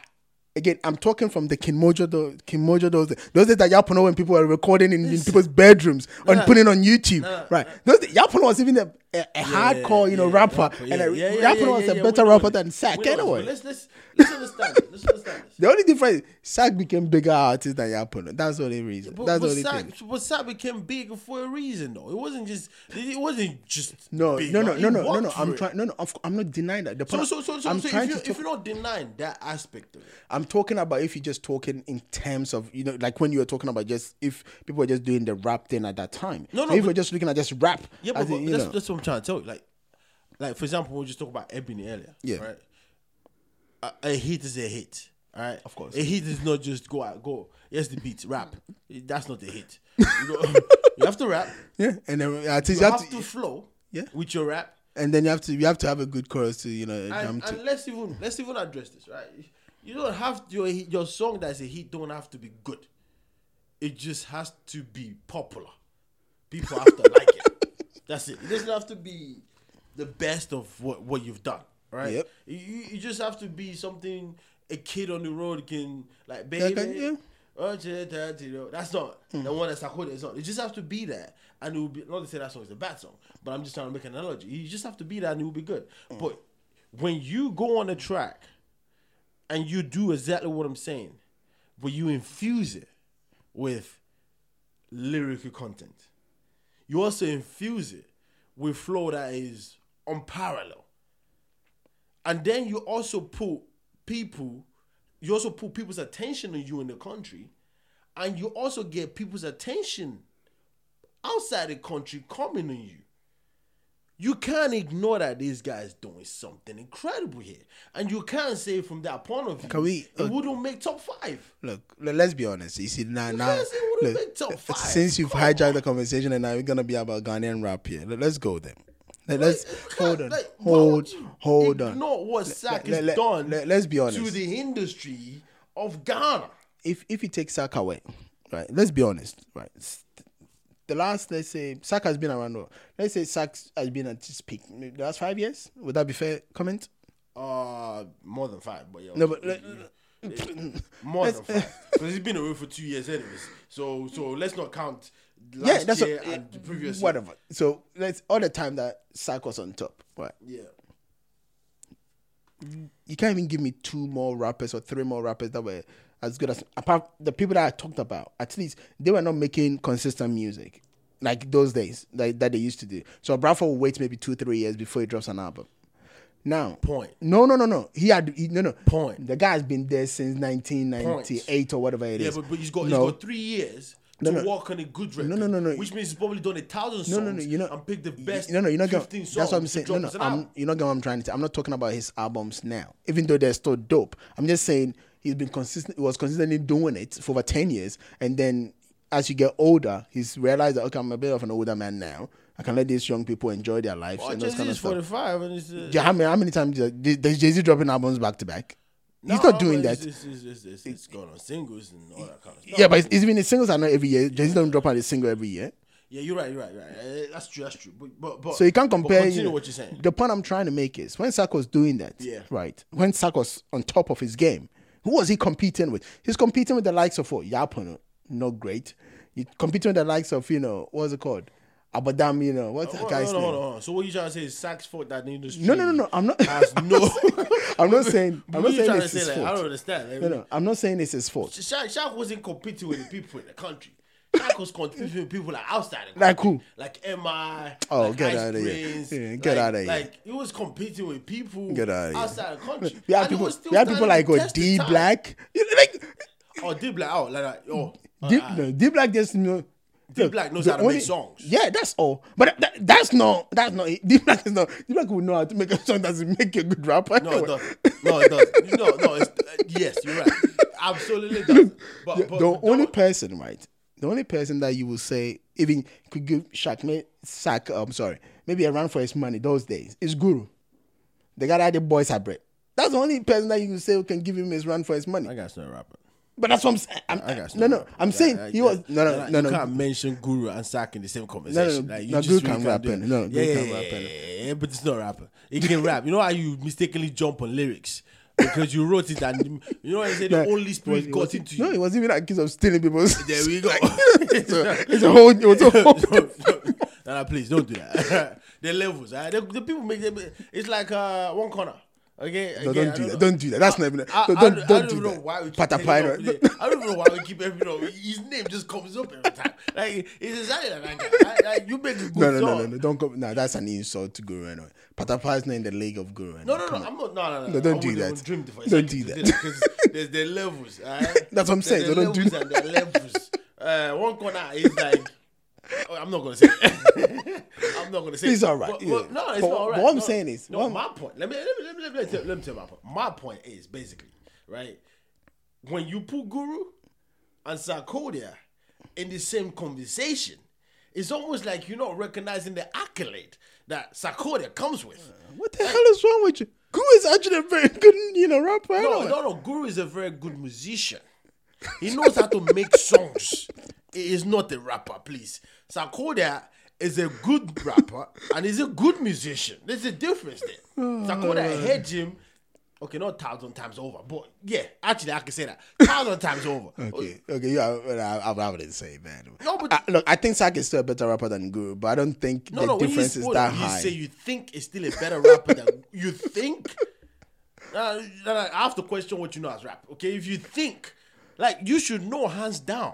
Speaker 2: Again, I'm talking from the Kimojo, do- Kimojo those days. Those days that Yapono when people were recording in, in people's bedrooms and putting on YouTube, right? Those days, Yapono was even a, a, a hardcore, you know,
Speaker 1: yeah,
Speaker 2: rapper,
Speaker 1: rapper,
Speaker 2: and
Speaker 1: yeah,
Speaker 2: a,
Speaker 1: yeah, yeah,
Speaker 2: Yapono
Speaker 1: yeah,
Speaker 2: was
Speaker 1: yeah,
Speaker 2: a
Speaker 1: yeah,
Speaker 2: better
Speaker 1: we know
Speaker 2: rapper
Speaker 1: it.
Speaker 2: than Sack.
Speaker 1: We know it,
Speaker 2: Anyway,
Speaker 1: but let's let's let's understand. it. Let's understand. this.
Speaker 2: the only difference, Sack became bigger artist than Yapono. That's the only reason.
Speaker 1: But,
Speaker 2: That's
Speaker 1: but
Speaker 2: the only
Speaker 1: Sack,
Speaker 2: thing.
Speaker 1: But Sack became big for a reason, though. It wasn't just. It wasn't just.
Speaker 2: No,
Speaker 1: big,
Speaker 2: no, no,
Speaker 1: like,
Speaker 2: no,
Speaker 1: he
Speaker 2: no, no,
Speaker 1: worked
Speaker 2: no.
Speaker 1: for
Speaker 2: I'm
Speaker 1: it.
Speaker 2: trying. No, no. Of, I'm not denying that. The
Speaker 1: So,
Speaker 2: point
Speaker 1: so, so, so,
Speaker 2: I'm
Speaker 1: so if,
Speaker 2: trying
Speaker 1: you,
Speaker 2: to talk-
Speaker 1: if you're not denying that aspect of it,
Speaker 2: I'm talking about if you're just talking in terms of you know, like when you were talking about just if people were just doing the rap thing at that time.
Speaker 1: No,
Speaker 2: So
Speaker 1: no,
Speaker 2: if
Speaker 1: but-
Speaker 2: we're just looking at just rap,
Speaker 1: yeah, but,
Speaker 2: as in,
Speaker 1: but
Speaker 2: you
Speaker 1: that's,
Speaker 2: know,
Speaker 1: that's what I'm trying to tell you. Like, like for example, we were just talking about Ebony earlier.
Speaker 2: Yeah.
Speaker 1: Right. A, a hit is a hit. All right. Of
Speaker 2: course.
Speaker 1: A hit is not just go out go. Yes, the beat rap. That's not a hit. You, know, you have to rap.
Speaker 2: yeah, and then at least
Speaker 1: You
Speaker 2: you
Speaker 1: have,
Speaker 2: have
Speaker 1: to,
Speaker 2: to,
Speaker 1: flow.
Speaker 2: Yeah.
Speaker 1: With your rap.
Speaker 2: and then you have to you have to have a good chorus to you know jump
Speaker 1: and,
Speaker 2: to.
Speaker 1: and let's even let's even address this right you don't have your your song that's a hit don't have to be good it just has to be popular people have to like it that's it it doesn't have to be the best of what what you've done right
Speaker 2: Yep.
Speaker 1: you, you you just have to be something a kid on the road can like
Speaker 2: Yeah,
Speaker 1: baby
Speaker 2: can- yeah.
Speaker 1: oh, yeah, that, you know, That's not the one that's Sakoda is on. It just have to be there, and it will be. Not to say that song is a bad song, but I'm just trying to make an analogy. You just have to be there, and it will be good. But when you go on a track, and you do exactly what I'm saying, but you infuse it with lyrical content, you also infuse it with flow that is unparalleled and then you also put people, you also put people's attention on you in the country, and you also get people's attention outside the country coming on you. You can't ignore that this guy is doing something incredible here, and you can't say from that point of view,
Speaker 2: Can we, uh,
Speaker 1: it wouldn't make top five.
Speaker 2: Look, le- let's be honest. You see now, now
Speaker 1: Yes, it would've
Speaker 2: look,
Speaker 1: been top
Speaker 2: uh,
Speaker 1: five.
Speaker 2: since you've
Speaker 1: Come
Speaker 2: hijacked the conversation and now we're gonna be about Ghanaian rap here. Let- Let's go then. Let- Let's
Speaker 1: Like, you
Speaker 2: hold
Speaker 1: can't-
Speaker 2: on,
Speaker 1: like, why
Speaker 2: hold,
Speaker 1: would you
Speaker 2: hold on.
Speaker 1: Ignore what Sack
Speaker 2: let-
Speaker 1: has
Speaker 2: let-
Speaker 1: done.
Speaker 2: let- let's be
Speaker 1: to
Speaker 2: honest.
Speaker 1: the industry of Ghana.
Speaker 2: if if you take Saka away, right? Let's be honest, right? s- The last, let's say, Saka has been around. oh, Let's say Saka has been at his peak. maybe The last five years, would that be fair comment?
Speaker 1: Uh, more than five, but yeah.
Speaker 2: No, but let-
Speaker 1: more than five because he's been away for two years, anyways. So, so let's not count last
Speaker 2: yeah, that's
Speaker 1: year
Speaker 2: what,
Speaker 1: and the previous year.
Speaker 2: whatever. So let's all the time that Sack was on top, right?
Speaker 1: Yeah.
Speaker 2: You can't even give me two more rappers or three more rappers that were as good as apart the people that I talked about. At least they were not making consistent music like those days like, that they used to do. So Bradford will wait maybe two three years before he drops an album. Now,
Speaker 1: Point.
Speaker 2: No, no, no, no. He had he, no, no.
Speaker 1: Point.
Speaker 2: The guy's been there since 1998 or whatever it is.
Speaker 1: Yeah, but, but he's got
Speaker 2: No.
Speaker 1: he's got three years
Speaker 2: No,
Speaker 1: to
Speaker 2: no.
Speaker 1: work on a good record.
Speaker 2: no, no, no.
Speaker 1: Which means he's probably done a thousand songs.
Speaker 2: No, no, no, you're not-
Speaker 1: and picked the
Speaker 2: Y-
Speaker 1: best.
Speaker 2: No, no, you're not going.
Speaker 1: 15 songs
Speaker 2: That's what I'm
Speaker 1: to
Speaker 2: saying. No,
Speaker 1: drop
Speaker 2: no,
Speaker 1: as an
Speaker 2: I'm,
Speaker 1: album.
Speaker 2: you're not going. What I'm trying to. I'm not talking about his albums now, even though they're still dope. I'm just saying he's been consistent. Was consistently doing it for over ten years, and then as you get older, he's realized that okay, I'm a bit of an older man now. I can let these young people enjoy their lives
Speaker 1: Well,
Speaker 2: and those
Speaker 1: Jay-Z
Speaker 2: kind
Speaker 1: Oh,
Speaker 2: of
Speaker 1: is
Speaker 2: stuff.
Speaker 1: 45 and it's. Uh,
Speaker 2: Yeah, how many how many times does Jay Z dropping albums back to back? He's
Speaker 1: no,
Speaker 2: not doing
Speaker 1: but it's-
Speaker 2: that.
Speaker 1: It's, it's, it's, it's, it's gone on singles and all that kind of stuff.
Speaker 2: Yeah, but it's, it's even his singles are not every year. Jay Z don't drop out a single every year.
Speaker 1: Yeah, you're right, you're right, you're right. Eh, That's true, that's true. But, but, but
Speaker 2: So you can't
Speaker 1: but
Speaker 2: compare.
Speaker 1: Continue
Speaker 2: you know,
Speaker 1: what you're saying.
Speaker 2: The point I'm trying to make is when Saka was doing that,
Speaker 1: Yeah.
Speaker 2: right? When Saka was on top of his game, who was he competing with? He's competing with the likes of what Yapono, not great. He competing with the likes of you know what's it called, Abadam. You know what's
Speaker 1: Uh,
Speaker 2: that
Speaker 1: Hold on,
Speaker 2: guy's
Speaker 1: hold on, hold
Speaker 2: name?
Speaker 1: on, hold on. So what you trying to say is Sack's fault that the industry?
Speaker 2: No, no, no, no. I'm not.
Speaker 1: Has no.
Speaker 2: I'm not saying.
Speaker 1: But
Speaker 2: I'm
Speaker 1: what
Speaker 2: not
Speaker 1: you
Speaker 2: saying
Speaker 1: trying to
Speaker 2: it's
Speaker 1: say?
Speaker 2: his
Speaker 1: Like, I don't
Speaker 2: fault.
Speaker 1: understand. Like,
Speaker 2: No, no. I'm not saying it's his fault.
Speaker 1: Shaq, Shaq wasn't competing with the people in the country. Shaq was competing with people like outside. The country.
Speaker 2: Like who?
Speaker 1: Like MI.
Speaker 2: Oh,
Speaker 1: like
Speaker 2: get
Speaker 1: Ice
Speaker 2: outta here.
Speaker 1: Prince,
Speaker 2: Yeah, get
Speaker 1: like-
Speaker 2: outta here.
Speaker 1: Like he was competing with people
Speaker 2: Get outta here.
Speaker 1: outside the country.
Speaker 2: We have
Speaker 1: And he
Speaker 2: people.
Speaker 1: was still
Speaker 2: We have
Speaker 1: standing
Speaker 2: people like
Speaker 1: the
Speaker 2: what,
Speaker 1: test of
Speaker 2: D
Speaker 1: time.
Speaker 2: Black. You know, Like
Speaker 1: Oh, D Black. Oh, like that. Oh, uh,
Speaker 2: Deep,
Speaker 1: uh,
Speaker 2: no, Deep Black just know. look,
Speaker 1: Black knows
Speaker 2: the
Speaker 1: how to make songs.
Speaker 2: Yeah, that's all. But that, that's not. That's not. it. Deep Black is not. Deep Black will know how to make a song that's make you a good rapper.
Speaker 1: No, it doesn't. No, it doesn't. No, no. It's, uh, yes, you're right. Absolutely does. But,
Speaker 2: The,
Speaker 1: but
Speaker 2: the
Speaker 1: don't-
Speaker 2: only person, right? The only person that you will say even could give Shaq, may, Shaq, I'm sorry, maybe a run for his money those days is Guru, the guy that the boys had bred. That's the only person that you can say who can give him his run for his money.
Speaker 1: I guess not rapper.
Speaker 2: But that's what I'm saying. I'm,
Speaker 1: I guess
Speaker 2: no,
Speaker 1: not
Speaker 2: no,
Speaker 1: rapper.
Speaker 2: I'm
Speaker 1: Like,
Speaker 2: saying
Speaker 1: like,
Speaker 2: he was.
Speaker 1: like,
Speaker 2: No, no,
Speaker 1: like,
Speaker 2: no,
Speaker 1: you
Speaker 2: no.
Speaker 1: can't mention Guru and Sack in the same conversation.
Speaker 2: no,
Speaker 1: like, you
Speaker 2: no,
Speaker 1: just
Speaker 2: Guru
Speaker 1: really
Speaker 2: can
Speaker 1: can't
Speaker 2: rap,
Speaker 1: do it.
Speaker 2: innit? No, Guru
Speaker 1: yeah, yeah,
Speaker 2: can
Speaker 1: yeah,
Speaker 2: rap,
Speaker 1: yeah,
Speaker 2: innit?
Speaker 1: yeah, yeah, but it's not rapper. It can rap. You know how you mistakenly jump on lyrics because you wrote it and you know what I say. The
Speaker 2: No,
Speaker 1: Holy Spirit
Speaker 2: it
Speaker 1: got
Speaker 2: was,
Speaker 1: into
Speaker 2: No,
Speaker 1: you.
Speaker 2: it was even accused of stealing people's.
Speaker 1: There we go.
Speaker 2: it's, a, it's a whole. It was a whole.
Speaker 1: Nah, nah, please don't do that. the levels, ah, the, the people make them. It's like uh, one corner. Okay,
Speaker 2: No,
Speaker 1: Again,
Speaker 2: don't
Speaker 1: I
Speaker 2: do that. Don't do that. That's not even.
Speaker 1: I,
Speaker 2: no,
Speaker 1: I
Speaker 2: don't
Speaker 1: don't, I
Speaker 2: don't
Speaker 1: don't
Speaker 2: do
Speaker 1: even know
Speaker 2: that.
Speaker 1: why we keep
Speaker 2: Pata
Speaker 1: taking it
Speaker 2: Pino.
Speaker 1: up. I don't even know why we keep every up. His name just comes up every time. Like it's exactly like that guy. Like, like, you make a good
Speaker 2: No, no, no,
Speaker 1: song.
Speaker 2: no, no. Don't go. No, that's an insult to Guru Reno. Patapa is not in the league of Guru Reno.
Speaker 1: No, no, no, I'm not. No, no, no.
Speaker 2: No, don't
Speaker 1: I
Speaker 2: do
Speaker 1: wouldn't
Speaker 2: that.
Speaker 1: even Dream to for a second
Speaker 2: Don't do
Speaker 1: to
Speaker 2: that.
Speaker 1: Because there's the levels. alright?
Speaker 2: That's what I'm
Speaker 1: There's
Speaker 2: saying,
Speaker 1: The
Speaker 2: so don't do
Speaker 1: levels and the levels. Uh, one corner is like. Oh, I'm not gonna say. It. I'm not gonna say.
Speaker 2: It's
Speaker 1: it.
Speaker 2: all right,
Speaker 1: But,
Speaker 2: yeah.
Speaker 1: but, no, it's
Speaker 2: But
Speaker 1: not all right.
Speaker 2: what I'm
Speaker 1: no,
Speaker 2: saying is-
Speaker 1: no.
Speaker 2: what I'm-
Speaker 1: my point. Let me let me let me let me, tell, let me tell my point. My point is basically right when you put Guru and Sarkodia in the same conversation, it's almost like you're not recognizing the accolade that Sarkodia comes with.
Speaker 2: What the hell is wrong with you? Guru is actually a very good, you know, rapper. I
Speaker 1: No,
Speaker 2: don't-
Speaker 1: no, no. Guru is a very good musician. He knows how to make songs. He is not a rapper, please. Sakoda is a good rapper and he's a good musician. There's a difference there. Sakoda heard him. Okay, not thousand times over, but yeah, actually, I can say that thousand times over.
Speaker 2: Okay, okay, yeah, I, I, I wouldn't say, man.
Speaker 1: No, but-
Speaker 2: I, look, I think Sak is still a better rapper than Guru, but I don't think
Speaker 1: No,
Speaker 2: the
Speaker 1: no. When you,
Speaker 2: difference is
Speaker 1: spoil
Speaker 2: that
Speaker 1: it, you
Speaker 2: high.
Speaker 1: say you think is still a better rapper than you think. Nah, nah, nah, I have to question what you know as rap. Okay, if you think, like you should know hands down,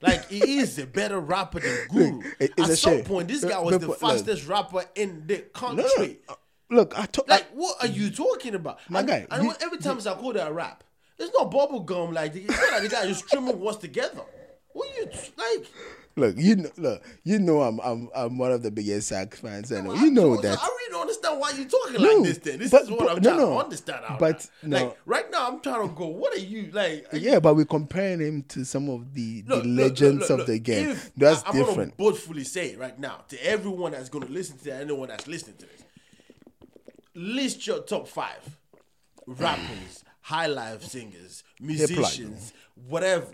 Speaker 1: like he is a better rapper than Guru.
Speaker 2: it- it's
Speaker 1: At
Speaker 2: a
Speaker 1: some
Speaker 2: shame.
Speaker 1: point, this
Speaker 2: Uh,
Speaker 1: guy was
Speaker 2: but-
Speaker 1: the
Speaker 2: but, like-
Speaker 1: fastest rapper in the
Speaker 2: No, no,
Speaker 1: country.
Speaker 2: uh, Look, I told.
Speaker 1: Like, what are you talking about?
Speaker 2: My
Speaker 1: and,
Speaker 2: guy,
Speaker 1: and
Speaker 2: you-
Speaker 1: when- every time I call that rap, it's not bubble gum. Like, it's not like the guy is streaming what's together. What you like?
Speaker 2: Look, you know, look, you know, I'm I'm I'm one of the biggest Sack fans, and
Speaker 1: Well,
Speaker 2: you know
Speaker 1: don't-
Speaker 2: that.
Speaker 1: I really don't understand why you're talking
Speaker 2: No,
Speaker 1: like this. Then this
Speaker 2: but-
Speaker 1: is what
Speaker 2: but-
Speaker 1: I'm
Speaker 2: no,
Speaker 1: trying
Speaker 2: no.
Speaker 1: to understand. Out
Speaker 2: But
Speaker 1: now.
Speaker 2: no.
Speaker 1: like right now, I'm trying to go. What are you like? I-
Speaker 2: Yeah, but we're comparing him to some of the,
Speaker 1: look,
Speaker 2: the
Speaker 1: look, look,
Speaker 2: legends
Speaker 1: look,
Speaker 2: of
Speaker 1: look,
Speaker 2: the game.
Speaker 1: if-
Speaker 2: That's
Speaker 1: I- I'm
Speaker 2: different.
Speaker 1: gonna boldly say it right now to everyone that's going to listen to that, anyone that's listening to this. List your top five rappers, high life singers, musicians, whatever,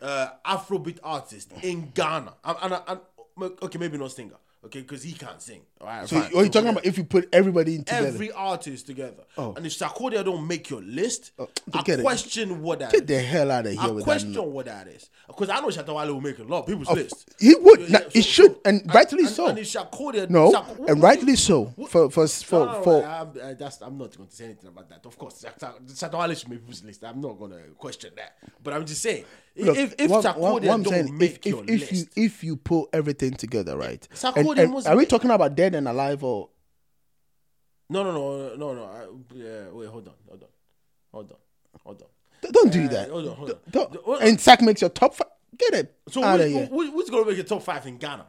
Speaker 1: uh, Afrobeat artists in Ghana. And, and, and, okay, maybe not singer. okay? Because he can't sing. All right.
Speaker 2: So
Speaker 1: fine.
Speaker 2: are you talking
Speaker 1: forget-
Speaker 2: about if you put everybody in together? Oh.
Speaker 1: every artist together? And if Sarkodia don't make your list, I
Speaker 2: forget it.
Speaker 1: question what that
Speaker 2: Get
Speaker 1: is.
Speaker 2: the hell out of here
Speaker 1: I
Speaker 2: with
Speaker 1: question
Speaker 2: that.
Speaker 1: what that is because I know Shatawale will make a lot of people's list.
Speaker 2: He would.
Speaker 1: Yeah,
Speaker 2: nah,
Speaker 1: so-
Speaker 2: it should,
Speaker 1: so-
Speaker 2: and rightly
Speaker 1: and-
Speaker 2: so.
Speaker 1: And if Sarkodia,
Speaker 2: no,
Speaker 1: Sarko-
Speaker 2: and rightly so.
Speaker 1: what-
Speaker 2: For for for
Speaker 1: No, no, no,
Speaker 2: for
Speaker 1: I'm, uh, that's, I'm not going to say anything about that. Of course, Sa- Sa- Satawale should make people's list. I'm not going to question that. But I'm just saying, i-
Speaker 2: Look,
Speaker 1: if if
Speaker 2: what-
Speaker 1: Sarkodia
Speaker 2: what- what I'm
Speaker 1: don't
Speaker 2: saying,
Speaker 1: make
Speaker 2: if,
Speaker 1: your
Speaker 2: if, if
Speaker 1: list,
Speaker 2: you if you pull everything together, right?
Speaker 1: Sarkozy
Speaker 2: And, and
Speaker 1: must
Speaker 2: are we
Speaker 1: make-
Speaker 2: talking about dead and alive or
Speaker 1: no, no, no, no, no. I, yeah, wait, hold on, hold on, hold on, hold on.
Speaker 2: D- don't do
Speaker 1: Uh,
Speaker 2: that?
Speaker 1: hold on, hold
Speaker 2: D-
Speaker 1: on.
Speaker 2: don't-
Speaker 1: D- hold on.
Speaker 2: and Sack makes your top five. Get it
Speaker 1: So
Speaker 2: out
Speaker 1: who,
Speaker 2: of
Speaker 1: who,
Speaker 2: here.
Speaker 1: who- who's going to make a top five in Ghana?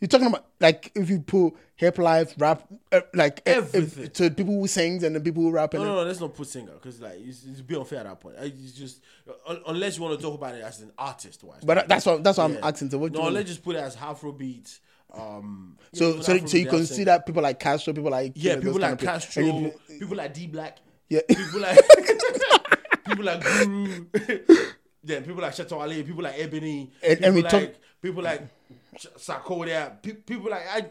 Speaker 2: You're talking about like if you pull hip life, rap, uh, like uh,
Speaker 1: Everything. Uh,
Speaker 2: If, to people who sings and the people who rap. And
Speaker 1: No, no, no. Let's not put singer because like it's, it's a bit unfair at that point. Uh, It's just un- unless you want to talk about it as an artist wise.
Speaker 2: But that's what that's what
Speaker 1: Yeah.
Speaker 2: I'm asking. So what do
Speaker 1: no,
Speaker 2: you
Speaker 1: let's just put it as Afrobeat. Um, yeah,
Speaker 2: so
Speaker 1: put
Speaker 2: so,
Speaker 1: Afrobeat
Speaker 2: so you
Speaker 1: as
Speaker 2: can
Speaker 1: singer.
Speaker 2: see that people like Castro, people like you
Speaker 1: Yeah,
Speaker 2: know, those
Speaker 1: people
Speaker 2: kind
Speaker 1: like
Speaker 2: of pe- and
Speaker 1: Castro,
Speaker 2: you-
Speaker 1: people like D Black,
Speaker 2: Yeah.
Speaker 1: people like people like Guru, yeah, people like Chateau Ali, people like Ebony,
Speaker 2: And-
Speaker 1: people
Speaker 2: and we
Speaker 1: like
Speaker 2: talk-
Speaker 1: people like Ch- Sarkodia, pe- people like I.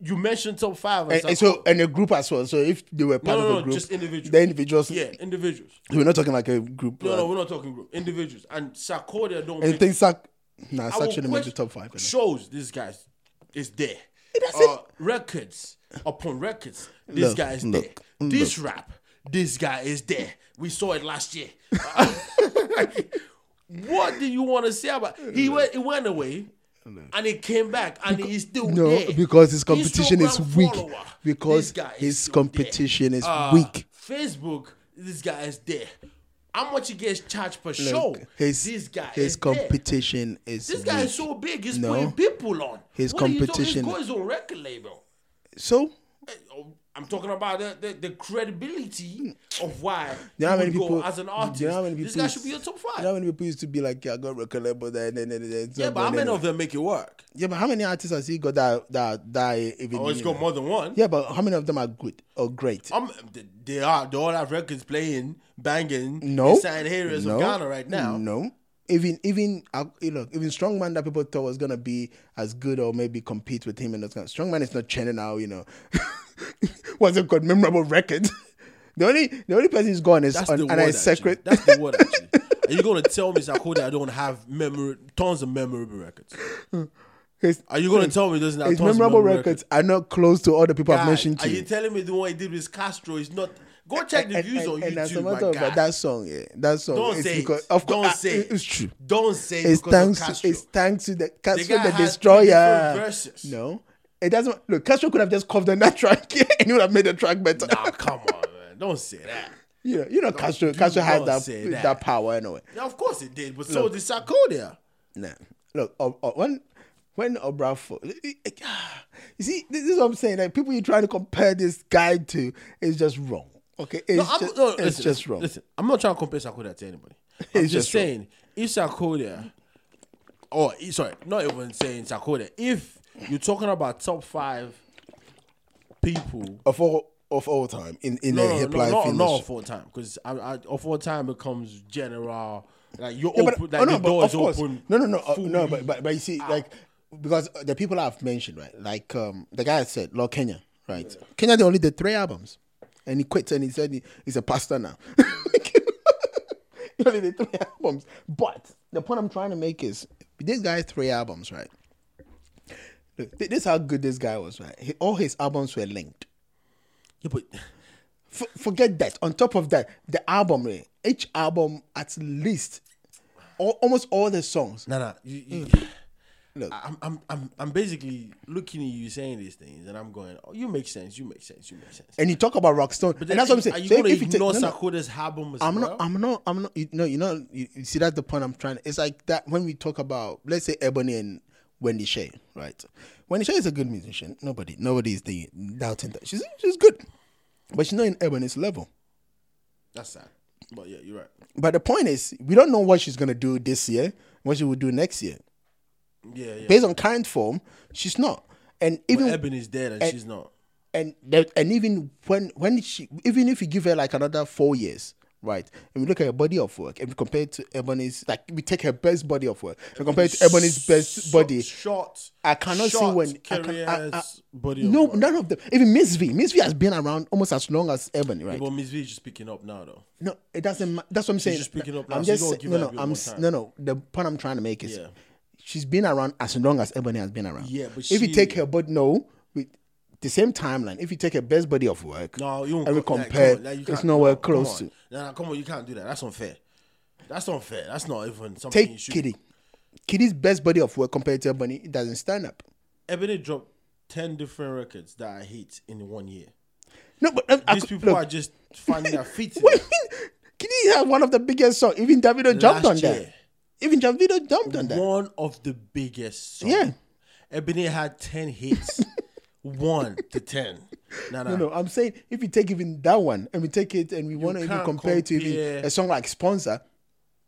Speaker 1: You mentioned top five,
Speaker 2: and, and so and a group as well. So if they were part
Speaker 1: no,
Speaker 2: of a
Speaker 1: no,
Speaker 2: group,
Speaker 1: just individuals.
Speaker 2: The individuals.
Speaker 1: yeah, individuals.
Speaker 2: we're not talking like a group.
Speaker 1: No,
Speaker 2: uh,
Speaker 1: no, we're not talking group. Individuals and Sarkodia don't.
Speaker 2: And
Speaker 1: make-
Speaker 2: things like nah,
Speaker 1: I will
Speaker 2: Sack shouldn't make the
Speaker 1: question-
Speaker 2: top five. you know.
Speaker 1: Shows this guy's is there. Uh, records upon records, this
Speaker 2: Look,
Speaker 1: guy is
Speaker 2: look,
Speaker 1: there. This rap, this guy is there. We saw it last year. what do you want to say about? He went, it went away. And it came back, and he's still
Speaker 2: No,
Speaker 1: there.
Speaker 2: because his competition is
Speaker 1: Instagram
Speaker 2: weak.
Speaker 1: follower, this
Speaker 2: Because
Speaker 1: guy is
Speaker 2: his
Speaker 1: still
Speaker 2: competition
Speaker 1: there.
Speaker 2: is weak.
Speaker 1: Facebook, this guy is there. How much he gets charged per show?
Speaker 2: his
Speaker 1: this guy
Speaker 2: his
Speaker 1: is there.
Speaker 2: competition is
Speaker 1: This guy
Speaker 2: weak.
Speaker 1: is so big, he's
Speaker 2: No.
Speaker 1: putting people on.
Speaker 2: His
Speaker 1: What are you talking-
Speaker 2: competition-
Speaker 1: He's got his own record label.
Speaker 2: so
Speaker 1: Eh, oh, I'm talking about the, the, the credibility of why
Speaker 2: you know how
Speaker 1: he
Speaker 2: many
Speaker 1: would go
Speaker 2: people
Speaker 1: as an artist.
Speaker 2: You know how many people
Speaker 1: this guy should
Speaker 2: used-
Speaker 1: be a top five.
Speaker 2: You know how many people used to be like, yeah, I got record label that and then and then
Speaker 1: yeah, but how many of them make it work?
Speaker 2: Yeah, but how many artists has he got that that that even
Speaker 1: Oh, it's
Speaker 2: you
Speaker 1: got
Speaker 2: know?
Speaker 1: more than one.
Speaker 2: Yeah, but how many of them are good or great?
Speaker 1: Um, th- they are. They all have records playing, banging.
Speaker 2: No.
Speaker 1: in certain areas of Ghana right now.
Speaker 2: No. Even even uh, you know, even strongman that people thought was gonna be as good or maybe compete with him and those kind of strongman is not churning out, you know. What's it called? Memorable record. the only the only person who's gone is
Speaker 1: That's
Speaker 2: on,
Speaker 1: the
Speaker 2: and
Speaker 1: word.
Speaker 2: I
Speaker 1: actually.
Speaker 2: secret.
Speaker 1: That's the word. Actually, are you gonna tell me Sarkozy I don't have memory, tons of memorable records?
Speaker 2: His,
Speaker 1: Are you gonna tell me doesn't have
Speaker 2: his
Speaker 1: tons of
Speaker 2: memorable
Speaker 1: memorable records?
Speaker 2: records are not close to all the people I've
Speaker 1: guy,
Speaker 2: mentioned
Speaker 1: Are
Speaker 2: to
Speaker 1: you
Speaker 2: you.
Speaker 1: telling me the one he did with Castro is not? Go check the views on
Speaker 2: and as a
Speaker 1: YouTube,
Speaker 2: matter
Speaker 1: my
Speaker 2: of
Speaker 1: guy.
Speaker 2: fact, that song, yeah, that song.
Speaker 1: don't
Speaker 2: it's
Speaker 1: say
Speaker 2: because,
Speaker 1: it.
Speaker 2: Of course,
Speaker 1: don't
Speaker 2: ah,
Speaker 1: say
Speaker 2: it-
Speaker 1: it.
Speaker 2: it's true.
Speaker 1: Don't say it
Speaker 2: It's
Speaker 1: because of
Speaker 2: thanks.
Speaker 1: Castro.
Speaker 2: It's thanks to the
Speaker 1: guy
Speaker 2: Castro the,
Speaker 1: has three
Speaker 2: Destroyer.
Speaker 1: different verses.
Speaker 2: No, it doesn't. Look, Castro could have just covered on that track, and he would have made the track better.
Speaker 1: nah, come on, man. Don't say that.
Speaker 2: You know, you know, Castro. Castro
Speaker 1: don't
Speaker 2: had that,
Speaker 1: say
Speaker 2: that
Speaker 1: that.
Speaker 2: power anyway.
Speaker 1: Yeah, of course it did, but so did Sarkodia.
Speaker 2: Nah, look, o- o- when when Obrafo, ah, you see, this is what I'm saying. Like people, you trying to compare this guy to is just wrong. Okay, it's,
Speaker 1: I'm-
Speaker 2: just,
Speaker 1: no,
Speaker 2: it's
Speaker 1: listen,
Speaker 2: just wrong.
Speaker 1: Listen, I'm not trying to compare Sarkodia to anybody. I'm
Speaker 2: It's
Speaker 1: just,
Speaker 2: just wrong.
Speaker 1: saying if Sarkodia, or eh, sorry, not even saying Sarkodia. If you're talking about top five people
Speaker 2: Of all of all time in in the hip life
Speaker 1: not,
Speaker 2: industry.
Speaker 1: not of all time because I, I, of all time becomes general. Like you
Speaker 2: Yeah,
Speaker 1: open, like
Speaker 2: oh,
Speaker 1: the
Speaker 2: no, but
Speaker 1: door
Speaker 2: of
Speaker 1: is
Speaker 2: course.
Speaker 1: open.
Speaker 2: No, no, no, uh,
Speaker 1: fully. Ah.
Speaker 2: no. But, but but you see, like because the people I've mentioned, right? Like um, the guy I said, Lord Kenya, right? Kenya, they only did three albums, and he quit, and he said he, he's a pastor now. he only did three albums, but the point I'm trying to make is this guy had three albums, right? Look, th- this is how good this guy was, right? He, all his albums were linked.
Speaker 1: yeah, but
Speaker 2: F- forget that. On top of that, the album, eh, each album at least, all, almost all the songs.
Speaker 1: nah, nah. You, you,
Speaker 2: Mm. Look.
Speaker 1: I'm, I'm, I'm, I'm basically looking at you saying these things, and I'm going, "Oh, you make sense. You make sense. You make sense."
Speaker 2: and you talk about Rockstone, and that's what I'm saying.
Speaker 1: Are you
Speaker 2: So
Speaker 1: gonna
Speaker 2: if you take-
Speaker 1: ignore
Speaker 2: no, no,
Speaker 1: Sarkoda's album as
Speaker 2: I'm
Speaker 1: well?
Speaker 2: not. I'm not. I'm not. You, no, you know. You, you see, that's the point I'm trying. It's like that when we talk about, let's say, Ebony and Wendy Shay, right? Wendy Shay is a good musician. Nobody, nobody is the doubting that she's she's good, but she's not in Ebony's level.
Speaker 1: That's sad. But yeah, you're right.
Speaker 2: But the point is, we don't know what she's gonna do this year, what she will do next year.
Speaker 1: Yeah, yeah.
Speaker 2: Based on current form, she's not. And even
Speaker 1: Eben is dead, and
Speaker 2: Eh,
Speaker 1: she's not.
Speaker 2: and the, and even when when she even if you give her like another four years right? And we look at her body of work and we compare it to Ebony's, like we take her best body of work and compare it to Ebony's best body.
Speaker 1: Short.
Speaker 2: I cannot see
Speaker 1: short
Speaker 2: when I can,
Speaker 1: careers,
Speaker 2: I- I-
Speaker 1: body of
Speaker 2: no,
Speaker 1: work.
Speaker 2: none of them. Even Miss V, Miss V has been around almost as long as Ebony, right?
Speaker 1: But Ms. V is just picking up now, though.
Speaker 2: No, it doesn't. Ma- that's what I'm saying.
Speaker 1: just picking up now,
Speaker 2: I'm
Speaker 1: so you
Speaker 2: just
Speaker 1: gotta
Speaker 2: say-
Speaker 1: give
Speaker 2: no,
Speaker 1: her a
Speaker 2: no.
Speaker 1: bit
Speaker 2: I'm
Speaker 1: more
Speaker 2: s-
Speaker 1: time.
Speaker 2: no, no. The point I'm trying to make is,
Speaker 1: Yeah.
Speaker 2: she's been around as long as Ebony has been around.
Speaker 1: Yeah, but
Speaker 2: if you
Speaker 1: she-
Speaker 2: take her, but no, with the same timeline. If you take her best body of work,
Speaker 1: No, you won't
Speaker 2: and we
Speaker 1: co- like,
Speaker 2: compare,
Speaker 1: come on, like, you
Speaker 2: it's
Speaker 1: can't-
Speaker 2: nowhere
Speaker 1: no,
Speaker 2: close
Speaker 1: come
Speaker 2: to.
Speaker 1: on. No, no, come on, you can't do that. That's unfair. That's not fair. That's not even something you
Speaker 2: Take
Speaker 1: should.
Speaker 2: Kitty. Kitty's best body of work compared to Ebony, it doesn't stand up.
Speaker 1: Ebony dropped ten different records that I hate in one year.
Speaker 2: No, but um, I
Speaker 1: These
Speaker 2: could-
Speaker 1: people
Speaker 2: look,
Speaker 1: are just finding their feet. in
Speaker 2: What do
Speaker 1: it.
Speaker 2: you mean? Kitty had one of the biggest songs. Even Davido jumped on
Speaker 1: Last
Speaker 2: that.
Speaker 1: year.
Speaker 2: Even Davido jumped on that.
Speaker 1: One of the biggest. Songs.
Speaker 2: Yeah.
Speaker 1: Ebony had ten hits. One to ten. No, no,
Speaker 2: No, no, I'm saying if you take even that one and we take it and we want to even
Speaker 1: can't
Speaker 2: compare it to even
Speaker 1: compare-
Speaker 2: a song like Sponsor,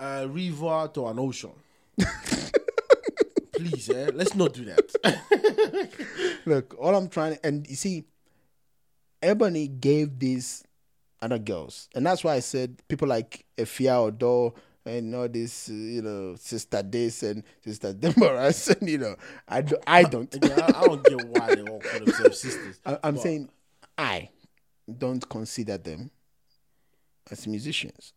Speaker 1: a Uh, river to an ocean. Please, eh? let's not do that.
Speaker 2: look, all I'm trying to, and you see, Ebony gave these other girls, and that's why I said people like Efia Odo and all this, uh, you know, Sister This and Sister Demoras, and you know, I, do, I don't.
Speaker 1: Yeah, I, I don't get why they all call themselves sisters.
Speaker 2: I, I'm
Speaker 1: But
Speaker 2: saying I don't consider them as musicians.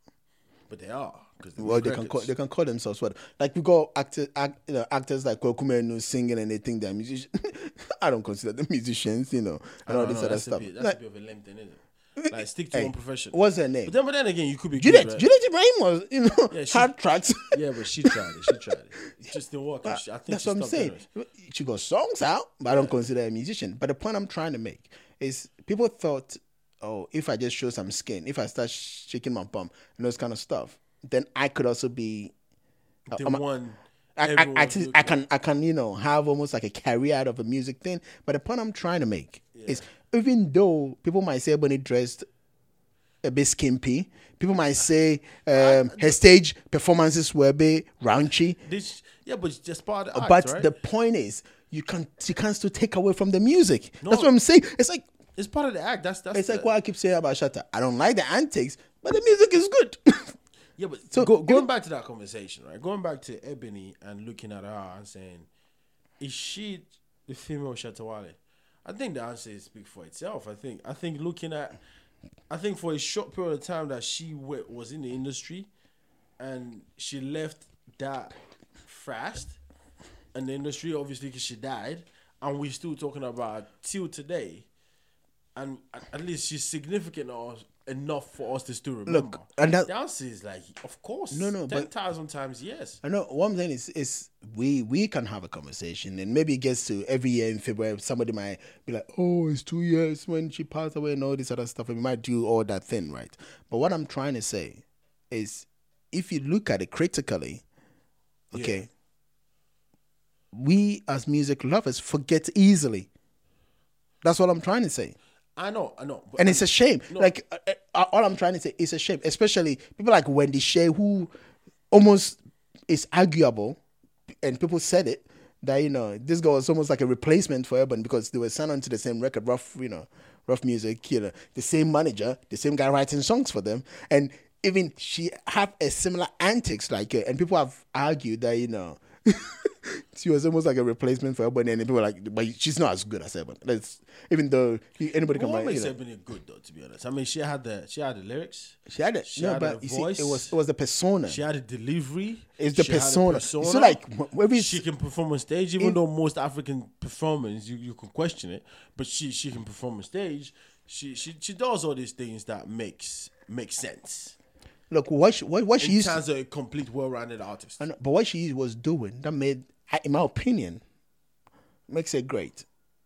Speaker 1: But they are. Cause
Speaker 2: Well, they can call, they can call themselves what? Like we got actors, act, you know, actors like Kwakumenu singing and they think they're musicians. I don't consider them musicians, you know, and all this other
Speaker 1: that's
Speaker 2: stuff.
Speaker 1: A bit, that's
Speaker 2: Like,
Speaker 1: a bit of a lame thing, isn't it? Like, stick to one profession.
Speaker 2: what's her name?
Speaker 1: But then, but then again, you could be
Speaker 2: Judith.
Speaker 1: good, right?
Speaker 2: Judith Ibrahim was, you know,
Speaker 1: she-
Speaker 2: hard tracks.
Speaker 1: Yeah, but she tried it. She tried it. It just didn't work. and she- I think
Speaker 2: That's
Speaker 1: she
Speaker 2: what I'm
Speaker 1: stopped
Speaker 2: saying.
Speaker 1: anyways.
Speaker 2: She got songs out, but I don't consider her a musician. But the point I'm trying to make is people thought, oh, if I just show some skin, if I start shaking my bum and those kind of stuff, then I could also be
Speaker 1: The one.
Speaker 2: I, I,
Speaker 1: everyone's
Speaker 2: I, just-
Speaker 1: looking-
Speaker 2: I can I can you know have almost like a career out of a music thing. But the point I'm trying to make is even though people might say Ebony dressed a bit skimpy, people might say um, her stage performances were a bit raunchy.
Speaker 1: This, yeah, but it's just part of the
Speaker 2: But
Speaker 1: act, right?
Speaker 2: the point is you can you can't still take away from the music.
Speaker 1: No.
Speaker 2: That's what I'm saying. It's like
Speaker 1: it's part of the act. That's that's.
Speaker 2: it's like
Speaker 1: the-
Speaker 2: what I keep saying about Shatta. I don't like the antics, but the music is good.
Speaker 1: Yeah, but go, going back to that conversation, right? Going back to Ebony and looking at her and saying, "Is she the female Shatawale?" I think the answer is speak for itself. I think. I think looking at, I think for a short period of time that she wa- was in the industry, and she left that fast, and the industry obviously because she died, and we're still talking about her till today, and at at least she's significant enough- enough for us to still remember.
Speaker 2: and that-
Speaker 1: The answer is like, of course.
Speaker 2: No, no,
Speaker 1: ten
Speaker 2: but-
Speaker 1: thousand times yes.
Speaker 2: I know what I'm saying is, is we we can have a conversation and maybe it gets to every year in February somebody might be like, Oh, it's two years when she passed away and all this other stuff and we might do all that thing, right? But what I'm trying to say is if you look at it critically, okay, we as music lovers forget easily. That's what I'm trying to say
Speaker 1: I know, I know. But
Speaker 2: and it's a shame. Like uh, uh, all I'm trying to say, it's a shame, especially people like Wendy Shea, who almost is arguable, and people said it that you know this girl was almost like a replacement for Urban because they were signed onto the same record, rough, you know, rough music, you know, the same manager, the same guy writing songs for them, and even she have a similar antics like her, and people have argued that you know. She was almost like a replacement for Urban, and people were like, "But she's not as good as Urban." Let's, even though you-
Speaker 1: But
Speaker 2: anybody can
Speaker 1: what
Speaker 2: write, you
Speaker 1: makes
Speaker 2: know.
Speaker 1: Ebony good though? To be honest, I mean, she had the she had the lyrics.
Speaker 2: She had it.
Speaker 1: She
Speaker 2: no,
Speaker 1: had a
Speaker 2: but you
Speaker 1: voice.
Speaker 2: see, it was it was the persona.
Speaker 1: She had a delivery.
Speaker 2: It's the
Speaker 1: she had a
Speaker 2: persona. So, like, wh- whether it's-
Speaker 1: she can perform on stage, even though most African performers you, you can question it, but she she can perform on stage. She she she does all these things that makes makes sense.
Speaker 2: Look, what she, what, what she
Speaker 1: She's
Speaker 2: used,
Speaker 1: sounds a complete well-rounded artist.
Speaker 2: I know, but what she was doing that made, I- in my opinion, makes it great.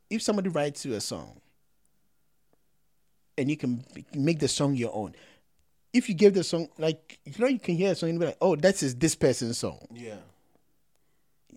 Speaker 2: If somebody writes you a song, and you can b- make the song your own, if you give the song like you know you can hear a song and be like, oh, that is this person's song.
Speaker 1: yeah,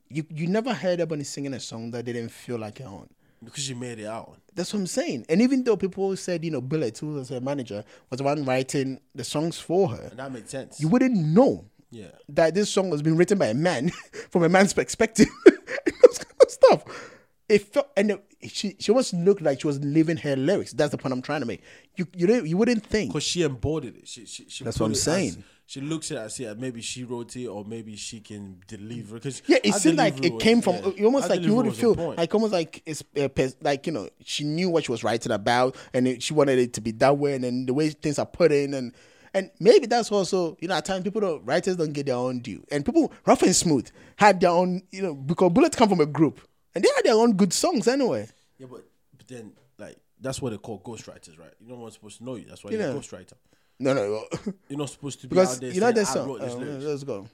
Speaker 2: You you never heard anybody singing a song that didn't feel like your own.
Speaker 1: because she made it out.
Speaker 2: That's what I'm saying. And even though people said, you know, Billet, who was her manager, was the one writing the songs for her,
Speaker 1: And that made sense.
Speaker 2: you wouldn't know
Speaker 1: yeah.
Speaker 2: that this song was being written by a man from a man's perspective. and those kind of stuff. it felt and it- she she almost looked like she was living her lyrics. That's the point I'm trying to make. You you don't, you wouldn't think
Speaker 1: because she embodied it. She, she, she
Speaker 2: That's
Speaker 1: put
Speaker 2: what
Speaker 1: it
Speaker 2: I'm
Speaker 1: as-
Speaker 2: saying.
Speaker 1: she looks at it as yeah, maybe she wrote it or maybe she can deliver because
Speaker 2: Yeah, it seemed like it came from. you almost like you would feel like almost like it's uh, pers- like you know she knew what she was writing about, and it, she wanted it to be that way, and then the way things are put in, and and maybe that's also you know at times people don't writers don't get their own due, and people rough and smooth had their own you know because bullets come from a group, and they had their own good songs anyway.
Speaker 1: yeah, but, but then like that's what they call ghostwriters, right? You're not one supposed to know you. That's why
Speaker 2: Yeah.
Speaker 1: you're a ghostwriter.
Speaker 2: No, no, no.
Speaker 1: You're not supposed to be
Speaker 2: because
Speaker 1: out there
Speaker 2: you know
Speaker 1: saying,
Speaker 2: that
Speaker 1: I
Speaker 2: song.
Speaker 1: wrote this
Speaker 2: Uh,
Speaker 1: lyrics.
Speaker 2: let's go.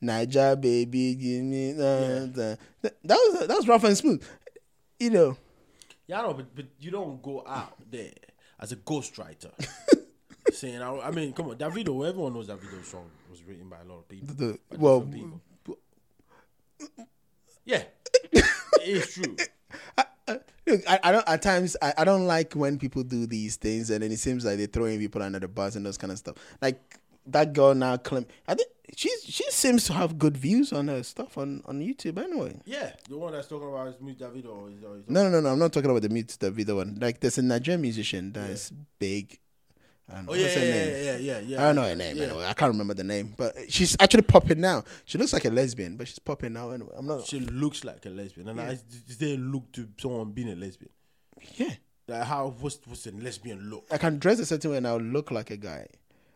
Speaker 2: Niger baby, give me that. That was that was rough and smooth, you know. um,
Speaker 1: Yeah, I know, but, but you don't go out there as a ghostwriter saying, I, I mean, come on, Davido, everyone knows Davido's song was written by a lot of people.
Speaker 2: The-
Speaker 1: by
Speaker 2: well,
Speaker 1: different people. yeah, it's true.
Speaker 2: Look, I, I don't at times I, I don't like when people do these things and then it seems like they're throwing people under the bus and those kind of stuff. Like that girl now claim I think she's she seems to have good views on her stuff on, on YouTube anyway.
Speaker 1: Yeah, the one that's talking about is me, Davido. Or, is- or, is-
Speaker 2: No no no no I'm not talking about the mute the video one. Like there's a Nigerian musician that's big. I don't know
Speaker 1: oh yeah,
Speaker 2: what's her
Speaker 1: yeah,
Speaker 2: name.
Speaker 1: yeah, yeah, yeah, yeah.
Speaker 2: I don't know her name anyway. I can't remember the name. But she's actually popping now. She looks like a lesbian, but she's popping now anyway. I'm not
Speaker 1: She looks like a lesbian, and I is there a look to someone being a lesbian?
Speaker 2: Yeah.
Speaker 1: Like how what's what's a lesbian look?
Speaker 2: I can dress a certain way and I'll look like a guy.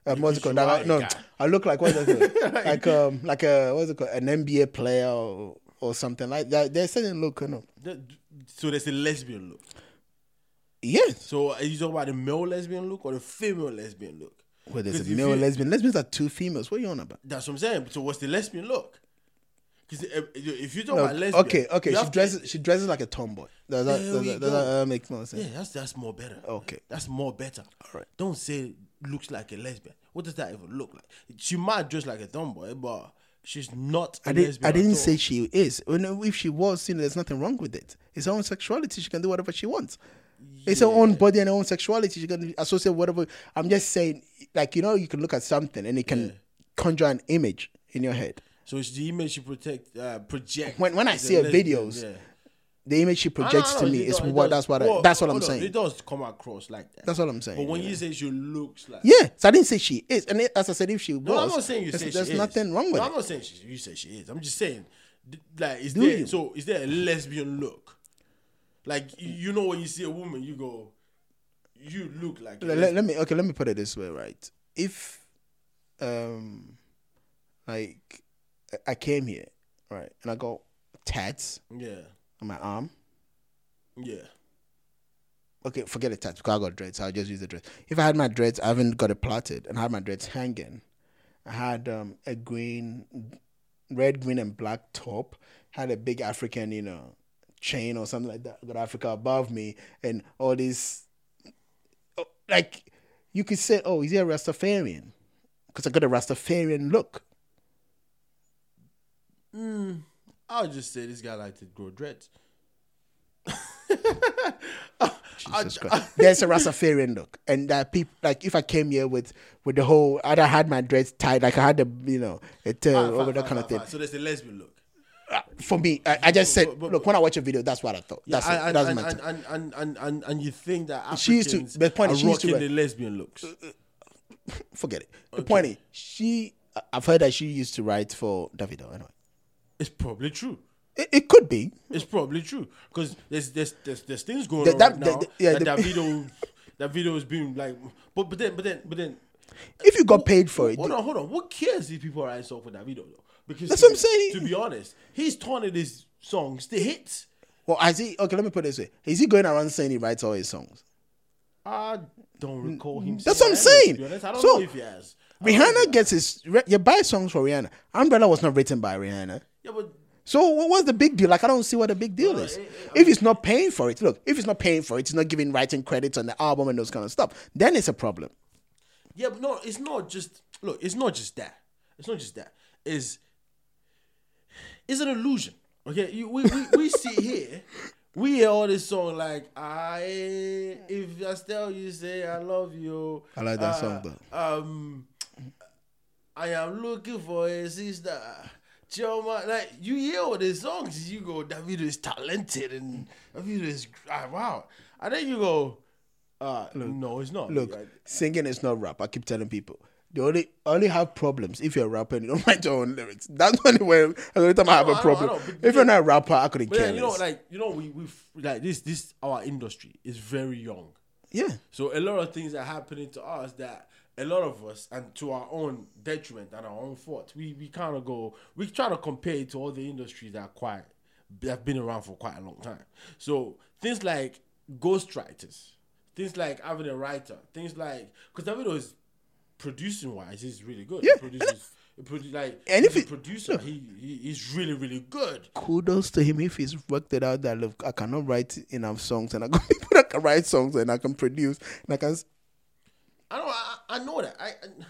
Speaker 2: Um, what's it
Speaker 1: Because
Speaker 2: called?
Speaker 1: you
Speaker 2: Like,
Speaker 1: are a
Speaker 2: no,
Speaker 1: guy.
Speaker 2: I look like what's it called? like um, like a what's it called? An NBA player or, or something like that. There's certain look, you know.
Speaker 1: That- So there's a lesbian look.
Speaker 2: Yes.
Speaker 1: So are you talking about the male lesbian look or the female lesbian look?
Speaker 2: Well, there's a
Speaker 1: 'Cause if
Speaker 2: male
Speaker 1: you-
Speaker 2: lesbian. Lesbians are two females. What are you on about?
Speaker 1: That's what I'm saying. So what's the lesbian look? Because if you talk
Speaker 2: No,
Speaker 1: about lesbian,
Speaker 2: okay, okay.
Speaker 1: you
Speaker 2: She
Speaker 1: have to-
Speaker 2: dresses. She dresses like a tomboy. Does that,
Speaker 1: There
Speaker 2: does
Speaker 1: we
Speaker 2: that, does
Speaker 1: go.
Speaker 2: that uh, make more sense?
Speaker 1: yeah, that's that's more better.
Speaker 2: Okay.
Speaker 1: that's more better. All
Speaker 2: right.
Speaker 1: Don't say looks like a lesbian. What does that even look like? She might dress like a tomboy, but she's not. a
Speaker 2: I didn't.
Speaker 1: lesbian
Speaker 2: I
Speaker 1: at
Speaker 2: didn't
Speaker 1: all.
Speaker 2: say she is. Well, no, If she was, you know, there's nothing wrong with it. It's her own sexuality. She can do whatever she wants. It's her own body and her own sexuality. She can associate whatever. I'm just saying, like you know, you can look at something and it can conjure an image in your head.
Speaker 1: So it's the image you protect, uh, project.
Speaker 2: When- when I
Speaker 1: is a
Speaker 2: see her
Speaker 1: lesbian,
Speaker 2: videos,
Speaker 1: yeah.
Speaker 2: The image she
Speaker 1: I
Speaker 2: projects
Speaker 1: know, I
Speaker 2: to
Speaker 1: know,
Speaker 2: me
Speaker 1: it
Speaker 2: is
Speaker 1: does- it
Speaker 2: what.
Speaker 1: does-
Speaker 2: That's what. I,
Speaker 1: well,
Speaker 2: that's what I'm
Speaker 1: hold on,
Speaker 2: saying.
Speaker 1: It does come across like that.
Speaker 2: That's what I'm saying,
Speaker 1: But when
Speaker 2: yeah.
Speaker 1: you say she looks like,
Speaker 2: Yeah. So I didn't say she is. And it, as I said, if she was,
Speaker 1: no, I'm not saying you
Speaker 2: there's,
Speaker 1: say
Speaker 2: there's
Speaker 1: she is.
Speaker 2: nothing wrong with
Speaker 1: No, I'm
Speaker 2: it.
Speaker 1: not saying she, you say she is. I'm just saying, th- like, is
Speaker 2: Do
Speaker 1: there
Speaker 2: you?
Speaker 1: so is there a lesbian look? Like you- you know when you see a woman, you go, you look like. a
Speaker 2: Le- le- let,
Speaker 1: lesbian.
Speaker 2: me okay let me put it this way right if um like I- i came here right and i got tats on my arm
Speaker 1: yeah, yeah.
Speaker 2: okay forget the tats because i got dreads so i'll just use the dreads if i had my dreads i haven't got it plaited and I had my dreads hanging i had um a green red green and black top had a big african you know chain or something like that got africa above me and all this oh, like you could say, oh, is he a Rastafarian? Because I got a Rastafarian look.
Speaker 1: I'll just say this guy liked to grow dreads.
Speaker 2: Jesus Christ. There's a Rastafarian look, and that people like if I came here with with the whole, I'd have had my dreads tied, like I had the you know a tail
Speaker 1: Fine,
Speaker 2: over
Speaker 1: Ah, fine, fine,
Speaker 2: that kind
Speaker 1: fine,
Speaker 2: of thing.
Speaker 1: fine. So there's a lesbian look.
Speaker 2: For me, I, I just said,
Speaker 1: But- but-
Speaker 2: look, when I watch a video, that's what I thought. That's
Speaker 1: and,
Speaker 2: it. That's
Speaker 1: and,
Speaker 2: my
Speaker 1: and, and, and, and, and, and you think that Africans
Speaker 2: She used to- the point
Speaker 1: are
Speaker 2: is she used to
Speaker 1: rocking
Speaker 2: wear-
Speaker 1: the lesbian looks.
Speaker 2: forget it. The point is, she. I- I've heard that she used to write for Davido. Anyway,
Speaker 1: It's probably true.
Speaker 2: it, it could be.
Speaker 1: It's probably true because there's, there's there's there's things going
Speaker 2: The-
Speaker 1: on
Speaker 2: that-
Speaker 1: right
Speaker 2: the-
Speaker 1: now
Speaker 2: the- yeah,
Speaker 1: that
Speaker 2: the-
Speaker 1: Davido that video has been like, but but then but then but then
Speaker 2: If you got paid for it,
Speaker 1: Hold on, hold on. What cares if people are writing song for Davido though? Because
Speaker 2: That's
Speaker 1: to
Speaker 2: what
Speaker 1: be-
Speaker 2: I'm saying.
Speaker 1: To be honest, he's turning his songs to hits.
Speaker 2: well, is he? Okay, let me put it this way: Is he going around saying he writes all his songs?
Speaker 1: I don't recall him.
Speaker 2: That's
Speaker 1: saying
Speaker 2: what I'm
Speaker 1: that,
Speaker 2: saying.
Speaker 1: To be honest, I don't
Speaker 2: So,
Speaker 1: know if he has. I don't know if
Speaker 2: Rihanna
Speaker 1: he-
Speaker 2: gets his. re- You buy songs for Rihanna. Umbrella was not written by Rihanna.
Speaker 1: Yeah, but
Speaker 2: So what was the big deal? Like I don't see what the big deal is. If it's not paying for it, look. If it's not paying for it, it's not giving writing credits on the album and those kind of stuff. Then it's a problem.
Speaker 1: Yeah, but no, it's not just look, it's not just that. It's not just that. Is it's an illusion. Okay, you, we, we we sit here, we hear all this song like I if I tell you say I love you.
Speaker 2: I like
Speaker 1: Ah,
Speaker 2: that song,
Speaker 1: though. Um I am looking for a sister. Joe, man, like you hear all the songs, you go, Davido is talented and Davido is ah, wow. And then you go, uh, no, it's not.
Speaker 2: Look,
Speaker 1: Like,
Speaker 2: singing is not rap. I keep telling people. They only only have problems if you're a rapper and you don't write your own lyrics. That's the only way. Every time I have
Speaker 1: know,
Speaker 2: a
Speaker 1: I know,
Speaker 2: problem.
Speaker 1: I know, but-
Speaker 2: if you're not a rapper, I couldn't
Speaker 1: but
Speaker 2: care
Speaker 1: then, you know,
Speaker 2: less.
Speaker 1: like you know, we we like this this our industry is very young,
Speaker 2: yeah,
Speaker 1: so a lot of things are happening to us that a lot of us and to our own detriment and our own fault. We we kind of go we try to compare it to all the industries that are quite that have been around for quite a long time. So things like ghostwriters, things like having a writer, things like because Davido is producing wise is really good.
Speaker 2: Yeah.
Speaker 1: He produces. he produ- Like
Speaker 2: And if
Speaker 1: he's a
Speaker 2: it-
Speaker 1: producer, he, he he's really really good.
Speaker 2: kudos to him if he's worked it out that look, I cannot write enough songs and I can, I can write songs and I can produce and I can. s-
Speaker 1: I know, I, I know that. I I-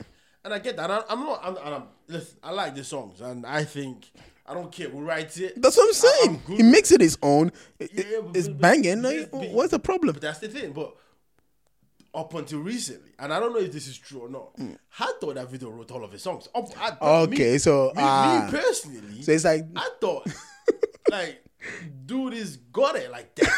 Speaker 1: and I get that. I, I'm not. I'm, I'm. Listen, I like the songs, and I think I don't care who writes it.
Speaker 2: That's what I'm
Speaker 1: I-
Speaker 2: saying.
Speaker 1: good
Speaker 2: he
Speaker 1: with
Speaker 2: makes it his own. It-
Speaker 1: it. Yeah, but-
Speaker 2: it's
Speaker 1: but-
Speaker 2: banging.
Speaker 1: yes, but-
Speaker 2: What's the problem?
Speaker 1: But that's the thing. But up until recently, and I don't know if this is true or not, I thought that video wrote all of his songs. Up, I, but me-
Speaker 2: Hmm. Okay, so,
Speaker 1: me,
Speaker 2: ah.
Speaker 1: me personally,
Speaker 2: So it's like
Speaker 1: I thought, like, dude is got it like that.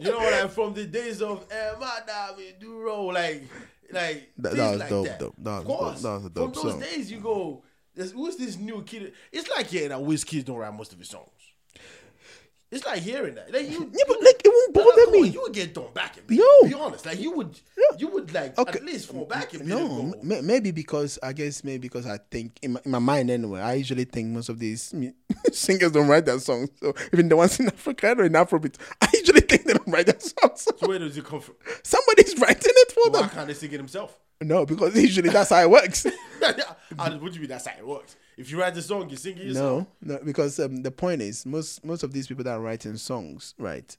Speaker 1: you know, like from the days of eh, Madame Duro, like, like
Speaker 2: That- that
Speaker 1: things
Speaker 2: was
Speaker 1: like
Speaker 2: dope,
Speaker 1: that.
Speaker 2: dope. That was
Speaker 1: of
Speaker 2: dope.
Speaker 1: course,
Speaker 2: That was a
Speaker 1: from
Speaker 2: dope
Speaker 1: those
Speaker 2: song.
Speaker 1: days you go. "This- Who's this new kid? It's like hearing that Wiz Kids don't write most of his songs. It's like hearing that. Like you,
Speaker 2: yeah, but like it won't
Speaker 1: Nah, nah,
Speaker 2: bother
Speaker 1: come on,
Speaker 2: me.
Speaker 1: You would get thrown back at me.
Speaker 2: Yo.
Speaker 1: Be honest. Like you would you would like
Speaker 2: Okay.
Speaker 1: at least fall back at me.
Speaker 2: No,
Speaker 1: No.
Speaker 2: m- m- Hmm, maybe because I guess maybe because I think in my, in my mind anyway. I usually think most of these mu- singers don't write their songs. So even the ones in Africa or in Afrobeat, I usually think they don't write their songs.
Speaker 1: So where does it come from?
Speaker 2: Somebody's writing it for
Speaker 1: Why
Speaker 2: them.
Speaker 1: can't they sing it himself?
Speaker 2: No, because usually that's how it works.
Speaker 1: How would you mean that's how it works? If you write the song, you sing it yourself.
Speaker 2: No, no, because um, the point is most most of these people that are writing songs, right?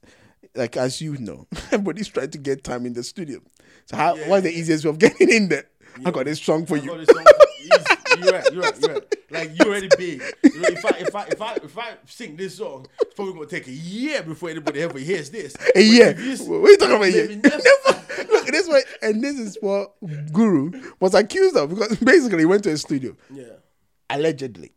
Speaker 2: Like as you know, everybody's trying to get time in the studio. So how what's the easiest way of getting in there? I got this song for
Speaker 1: I
Speaker 2: you.
Speaker 1: got this song for- easy. You're right, you're right, you're right. Like you already big. You know, if I if I if I if I sing this song, it's probably gonna take a year before anybody ever hears this.
Speaker 2: A
Speaker 1: But
Speaker 2: year.
Speaker 1: if you s-
Speaker 2: What are you talking about? a year?
Speaker 1: Maybe never.
Speaker 2: Never. Look, this way, and this is what Guru was accused of because basically he went to a studio
Speaker 1: Yeah.
Speaker 2: allegedly.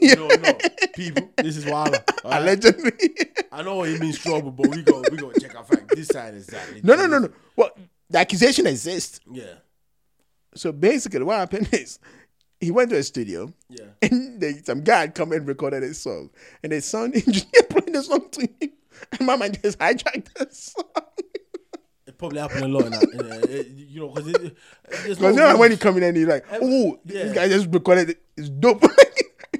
Speaker 1: No, no. People, this is wild.
Speaker 2: Allegedly.
Speaker 1: I know it means trouble, but we go we gonna check our fact. This side is that.
Speaker 2: no, no, no, no. Well, the accusation exists.
Speaker 1: Yeah,
Speaker 2: So basically, what happened is he went to a studio.
Speaker 1: yeah.
Speaker 2: And they, some guy had come and recorded his song, and the sound engineer played the song to him, and my man just hijacked the song.
Speaker 1: It probably happened a lot, in, that- in, that- it- you know, because it, it- there's
Speaker 2: Because
Speaker 1: no
Speaker 2: you know when you
Speaker 1: rules.
Speaker 2: come in and you're like, oh,
Speaker 1: Oh, yeah.
Speaker 2: this guy just recorded it. It's dope. and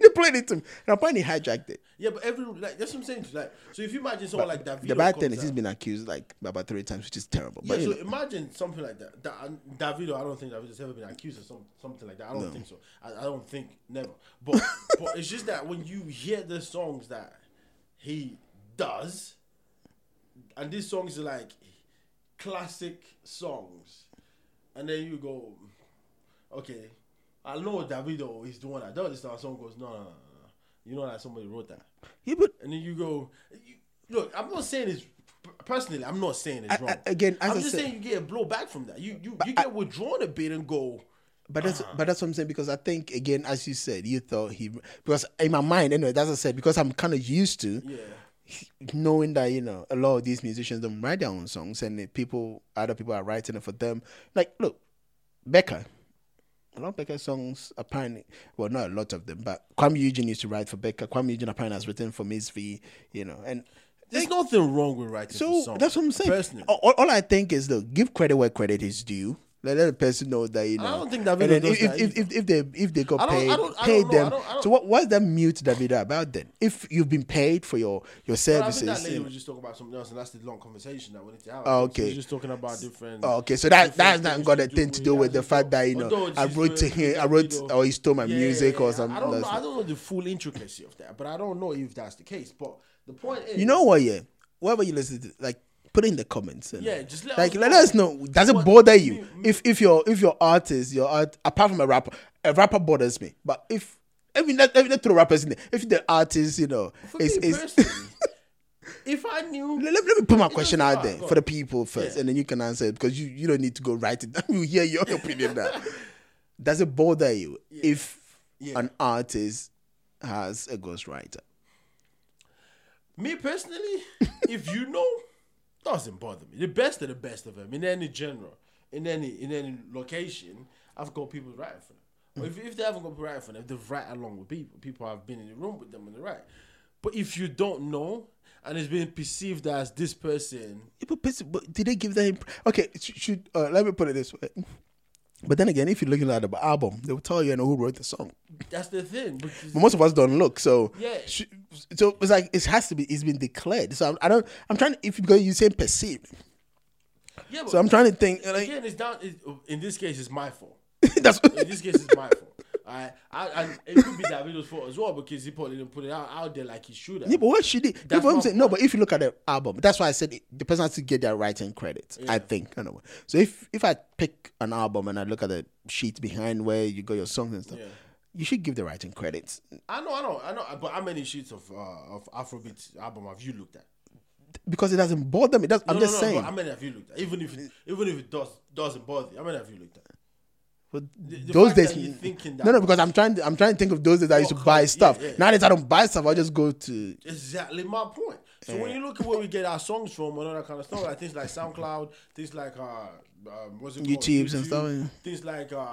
Speaker 2: they played it to me. And apparently hijacked it.
Speaker 1: yeah, but every like that's what I'm saying. Like, so if you imagine someone like Davido,
Speaker 2: the bad thing
Speaker 1: comes
Speaker 2: is he's
Speaker 1: out-
Speaker 2: been accused like about three times, which is terrible.
Speaker 1: yeah.
Speaker 2: but
Speaker 1: So
Speaker 2: you know,
Speaker 1: imagine something like that. Da, Davido, I don't think Davido's ever been accused of some, something like that. I don't think so. I, I don't think never. But but it's just that when you hear the songs that he does, and these songs are like classic songs, and then you go, okay, I know Davido is the one that does this. And the song goes, no, no, no, no, no. you know that somebody wrote that,
Speaker 2: yeah, but
Speaker 1: and then you go, you, look, I'm not saying it's personally, I'm not saying it's wrong.
Speaker 2: again, as
Speaker 1: I'm
Speaker 2: I
Speaker 1: just
Speaker 2: said-
Speaker 1: saying you get a blowback from that. You you, you get withdrawn a bit and go.
Speaker 2: but that's
Speaker 1: Ah.
Speaker 2: but that's what I'm saying because I think again, as you said, you thought he because in my mind anyway, that's what I said because I'm kind of used to
Speaker 1: Yeah.
Speaker 2: knowing that you know a lot of these musicians don't write their own songs and the people other people are writing it for them like look becca a lot of becca's songs apparently well not a lot of them but kwame eugene used to write for becca kwame eugene apparently has written for Miss v you know and
Speaker 1: There's nothing wrong with writing
Speaker 2: so
Speaker 1: for songs.
Speaker 2: that's what i'm saying Oh,
Speaker 1: Personally,
Speaker 2: all, all- all i think is look give credit where credit is due let, let the person know that you know.
Speaker 1: don't think Davido
Speaker 2: And then
Speaker 1: does
Speaker 2: if,
Speaker 1: that
Speaker 2: if, if, if they if they
Speaker 1: I
Speaker 2: got
Speaker 1: don't- I
Speaker 2: paid,
Speaker 1: don't- I
Speaker 2: paid
Speaker 1: don't know. I
Speaker 2: them.
Speaker 1: don't- I don't-
Speaker 2: So what what's that mute Davido about then? If you've been paid for your
Speaker 1: But I
Speaker 2: your
Speaker 1: think
Speaker 2: services,
Speaker 1: that lady
Speaker 2: you know.
Speaker 1: was just talking about something else, and that's the long conversation that we need to have.
Speaker 2: Oh,
Speaker 1: She
Speaker 2: okay.
Speaker 1: was just talking about different.
Speaker 2: Oh, okay, so that
Speaker 1: different
Speaker 2: that's not
Speaker 1: things
Speaker 2: got
Speaker 1: she
Speaker 2: a thing
Speaker 1: do
Speaker 2: to do with the
Speaker 1: as
Speaker 2: fact that you
Speaker 1: although
Speaker 2: know I
Speaker 1: she's
Speaker 2: wrote to
Speaker 1: very
Speaker 2: him, I
Speaker 1: good,
Speaker 2: wrote
Speaker 1: you know.
Speaker 2: or he stole my
Speaker 1: Yeah,
Speaker 2: music
Speaker 1: yeah,
Speaker 2: or
Speaker 1: yeah.
Speaker 2: something.
Speaker 1: I don't know.
Speaker 2: that's-
Speaker 1: I don't know the full intricacy of that, but I don't know if that's the case. But the point is,
Speaker 2: You know what? Yeah, whatever you listen to, like put it in the comments. you know.
Speaker 1: Yeah, just let
Speaker 2: like
Speaker 1: us
Speaker 2: let
Speaker 1: know.
Speaker 2: us know. Does it
Speaker 1: What-
Speaker 2: bother you?
Speaker 1: me-
Speaker 2: If if your if your artist, your art, apart from a rapper, a rapper bothers me. But if I mean, let, let me not throw rappers in there. If the artist, you know,
Speaker 1: for
Speaker 2: is
Speaker 1: me
Speaker 2: is.
Speaker 1: personally, if I knew,
Speaker 2: Let, let me put my
Speaker 1: doesn't
Speaker 2: question out
Speaker 1: matter.
Speaker 2: there
Speaker 1: Go
Speaker 2: for the
Speaker 1: on.
Speaker 2: people first,
Speaker 1: Yeah.
Speaker 2: and then you can answer it because you, you don't need to go write it down. You hear your opinion now. Does it bother you if
Speaker 1: Yeah.
Speaker 2: an artist has a ghostwriter.
Speaker 1: Me personally, if you know, doesn't bother me. The best of the best of them in any genre, in any in any location, I've got people writing for them. Or if, if they haven't got people writing for them, they write along with people. People have been in the room with them on the right. But if you don't know and it's been perceived as this person,
Speaker 2: Yeah, but, basi- but did they give that? Imp- okay, sh- should uh, let me put it this way. But then again, if you're looking at the album, they will tell you, you know, who wrote the song.
Speaker 1: that's the thing. because-
Speaker 2: But most of us don't look, so
Speaker 1: Yeah.
Speaker 2: sh- so it's like it has to be. It's been declared. So I'm, I don't. I'm trying. To, if you because you say perceived,
Speaker 1: yeah, but
Speaker 2: so I'm trying to think. Like,
Speaker 1: again, it's down. It, in this case, it's my fault.
Speaker 2: that's
Speaker 1: In this case, it's my fault. I, I, and it could be Davido's fault as well because he probably didn't put it out, out there like he should have.
Speaker 2: Yeah, but what she did, that's what I'm
Speaker 1: not
Speaker 2: saying. No, but if you look at the album, that's why I said it, the person has to get their writing credit. I think. I know. So if if I pick an album and I look at the sheet behind where you got your songs and stuff,
Speaker 1: Yeah.
Speaker 2: you should give the writing credits.
Speaker 1: I know, I know, I know. But how many sheets of uh, of Afrobeat album have you looked at?
Speaker 2: because it doesn't bother me. That's, I'm
Speaker 1: No,
Speaker 2: just
Speaker 1: no, no,
Speaker 2: saying.
Speaker 1: But how many have you looked at? Even if it, even if it does doesn't bother you, how many have you looked at?
Speaker 2: But
Speaker 1: the
Speaker 2: those
Speaker 1: fact that
Speaker 2: days,
Speaker 1: you're thinking that-
Speaker 2: no, no, because I'm trying. To, I'm trying to think of those days I used to
Speaker 1: Oh,
Speaker 2: buy
Speaker 1: yeah,
Speaker 2: stuff.
Speaker 1: yeah.
Speaker 2: Nowadays, I don't buy stuff. I just go to.
Speaker 1: Exactly my point. So when you look at where we get our songs from and all that kind of stuff, like things like SoundCloud, things like uh, um, what's it called?
Speaker 2: YouTubes and stuff, yeah. Mm-hmm.
Speaker 1: Things like uh,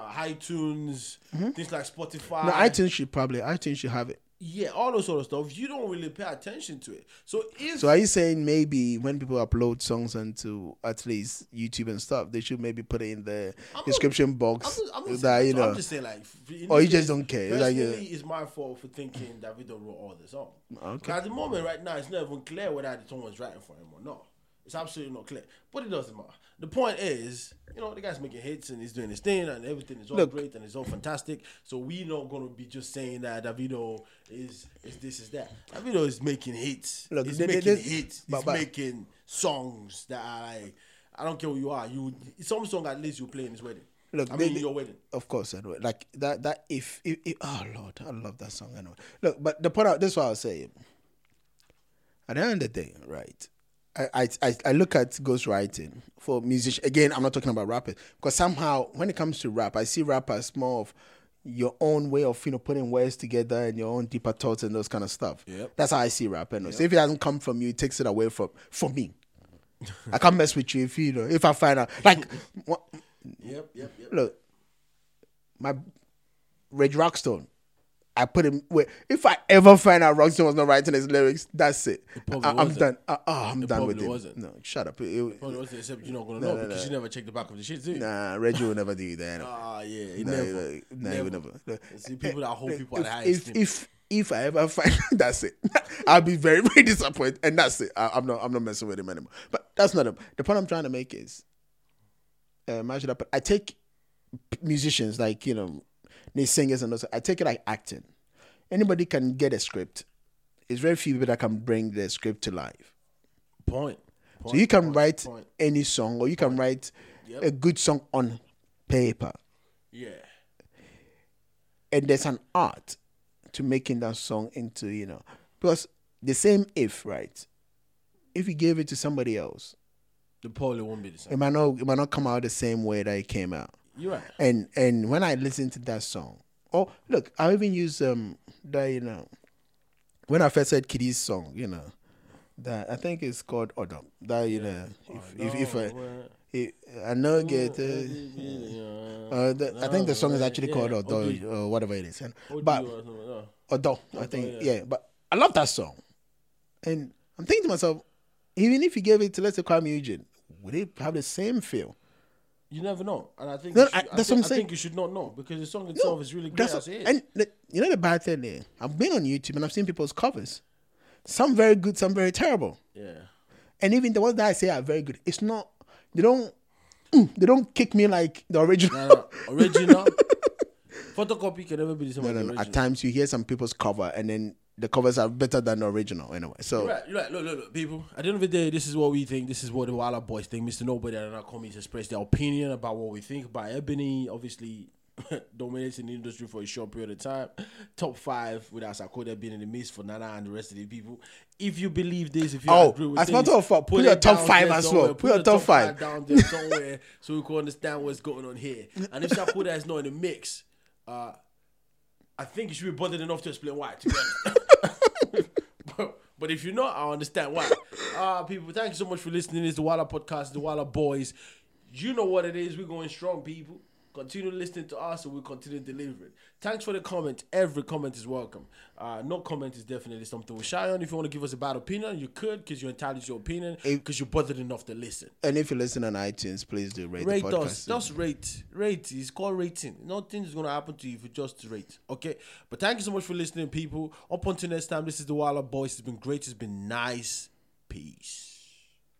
Speaker 1: iTunes, things like Spotify.
Speaker 2: No, iTunes should probably. iTunes should have it.
Speaker 1: yeah, all those sort of stuff. You don't really pay attention to it. So if
Speaker 2: So are you saying maybe when people upload songs onto at least YouTube and stuff, they should maybe put it in the
Speaker 1: not-
Speaker 2: description
Speaker 1: I'm
Speaker 2: box
Speaker 1: just, I'm just
Speaker 2: that
Speaker 1: saying,
Speaker 2: you know?
Speaker 1: I'm just saying like, f- in
Speaker 2: Or
Speaker 1: this
Speaker 2: you just
Speaker 1: case,
Speaker 2: don't care. It's like, yeah.
Speaker 1: Personally, it's my fault for thinking that we don't wrote all this song.
Speaker 2: Okay.
Speaker 1: At the moment, right now, it's not even clear whether someone's writing for him or not. It's absolutely not clear, but it doesn't matter. The point is, you know, the guy's making hits and he's doing his thing, and everything is all
Speaker 2: Look.
Speaker 1: great and it's all fantastic. So we're not gonna be just saying that Davido is is this is that. Davido is making hits.
Speaker 2: Look,
Speaker 1: he's
Speaker 2: they- they-
Speaker 1: making
Speaker 2: they-
Speaker 1: hits.
Speaker 2: but-
Speaker 1: he's
Speaker 2: but-
Speaker 1: making songs that are like, I don't care who you are. You some song at least you play in his wedding.
Speaker 2: Look,
Speaker 1: I
Speaker 2: they-
Speaker 1: mean
Speaker 2: they-
Speaker 1: your wedding.
Speaker 2: Of course, anyway. Like that. That if, if, if oh lord, I love that song. Anyway, look, but the point out. This is what I was saying. At the end of the day, right? I I I, I look at ghostwriting for musician. Again, I'm not talking about rappers because somehow when it comes to rap, I see rap as more of your own way of you know putting words together and your own deeper thoughts and those kind of stuff.
Speaker 1: Yep.
Speaker 2: That's how I see rap. Anyway. So if it hasn't come from you, it takes it away from for me. I can't mess with you if you know if I find out like. one-
Speaker 1: Yep, yep, yep.
Speaker 2: look, my Reg Rockstone. I put him. Wait, if I ever find out Rockstone was not writing his lyrics, that's it.
Speaker 1: probably
Speaker 2: I, am
Speaker 1: wasn't.
Speaker 2: done. Uh, oh, I'm done with
Speaker 1: probably
Speaker 2: him.
Speaker 1: wasn't.
Speaker 2: No, shut up. It- it-
Speaker 1: Well, also, except you're not gonna know because you never check the back of the shit, do you?
Speaker 2: nah, Reggie will never do that.
Speaker 1: Ah, yeah, he
Speaker 2: Nah,
Speaker 1: never.
Speaker 2: he will- nah, he will never. Look,
Speaker 1: See, people that hold people at high
Speaker 2: If, if,
Speaker 1: esteem.
Speaker 2: if if I ever find that's it, I'll be very very disappointed, and that's it. I, I'm not I'm not messing with him anymore. But that's not him. The point I'm trying to make is, uh, imagine that. But I take p- musicians like you know, these singers and those. I take it like acting. Anybody can get a script. It's very few people that can bring the script to life.
Speaker 1: Point.
Speaker 2: So you can write
Speaker 1: point.
Speaker 2: any song, or you can write
Speaker 1: Yep.
Speaker 2: a good song on paper
Speaker 1: Yeah.
Speaker 2: and there's an art to making that song into you know because the same if right if you gave it to somebody else
Speaker 1: The poll won't be the same.
Speaker 2: it might not it might not come out the same way that it came out
Speaker 1: You're right.
Speaker 2: and and when i listen to that song oh look i even use um that you know when i first heard kiddie's song you know that i think it's called odom that you know if if, if i if, i know get uh, uh, the, i think the song is actually called
Speaker 1: Oh, Yeah,
Speaker 2: odom or whatever it is and,
Speaker 1: But
Speaker 2: but Odo, I think. Yeah. but I love that song. And I'm thinking to myself, even if you gave it to let's say Kwame Eugene, would it have the same feel?
Speaker 1: you never know, and I think
Speaker 2: No,
Speaker 1: you
Speaker 2: I-
Speaker 1: should-
Speaker 2: that's
Speaker 1: I
Speaker 2: what I'm
Speaker 1: think, I
Speaker 2: saying.
Speaker 1: think you should not know because the song itself is really great as
Speaker 2: That's-
Speaker 1: it is.
Speaker 2: and the, you know the bad thing there. I've been on YouTube and I've seen people's covers. Some very good, some very terrible.
Speaker 1: yeah.
Speaker 2: And even the ones that I say are very good, it's not they don't mm, they don't kick me like the original.
Speaker 1: Uh, original. Photocopy can never be the same as the
Speaker 2: And
Speaker 1: original.
Speaker 2: At times you hear some people's cover and then the covers are better than the original anyway. So
Speaker 1: You're right, you're right. Look, look, look, people. At the end of the day, this is what we think. This is what the Wild Out Boys think. Mr. Nobody and our commies express their opinion about what we think about Ebony. Obviously, dominating the industry for a short period of time. Top five without Sakoda being in the mix for Nana and the rest of the people. If you believe this, if you
Speaker 2: Oh,
Speaker 1: agree with
Speaker 2: as a
Speaker 1: this,
Speaker 2: matter of fact, put
Speaker 1: it
Speaker 2: your top
Speaker 1: down
Speaker 2: five
Speaker 1: there
Speaker 2: as well.
Speaker 1: somewhere.
Speaker 2: Put your top five.
Speaker 1: down there somewhere so we can understand what's going on here. And if Sakoda is not in the mix, uh, I think you should be bothered enough to explain why. To be honest. but, but if you're not, I understand why. Uh, people, thank you so much for listening. It's the Walla Podcast, the Walla Boys. You know what it is. We're going strong, people. Continue listening to us, and we'll continue delivering. Thanks for the comment. Every comment is welcome. Uh, no comment is definitely something we're shy on. If you want to give us a bad opinion, you could, because you're entitled to your opinion, because you're bothered enough to listen.
Speaker 2: And if you listen on iTunes, please do rate,
Speaker 1: Rate
Speaker 2: the podcast.
Speaker 1: us. Just rate. Rate. It's called rating. Nothing is gonna happen to you if you just rate. Okay. But thank you so much for listening, people. Up until next time, this is the Wild Out Boys. It's been great. It's been nice. Peace.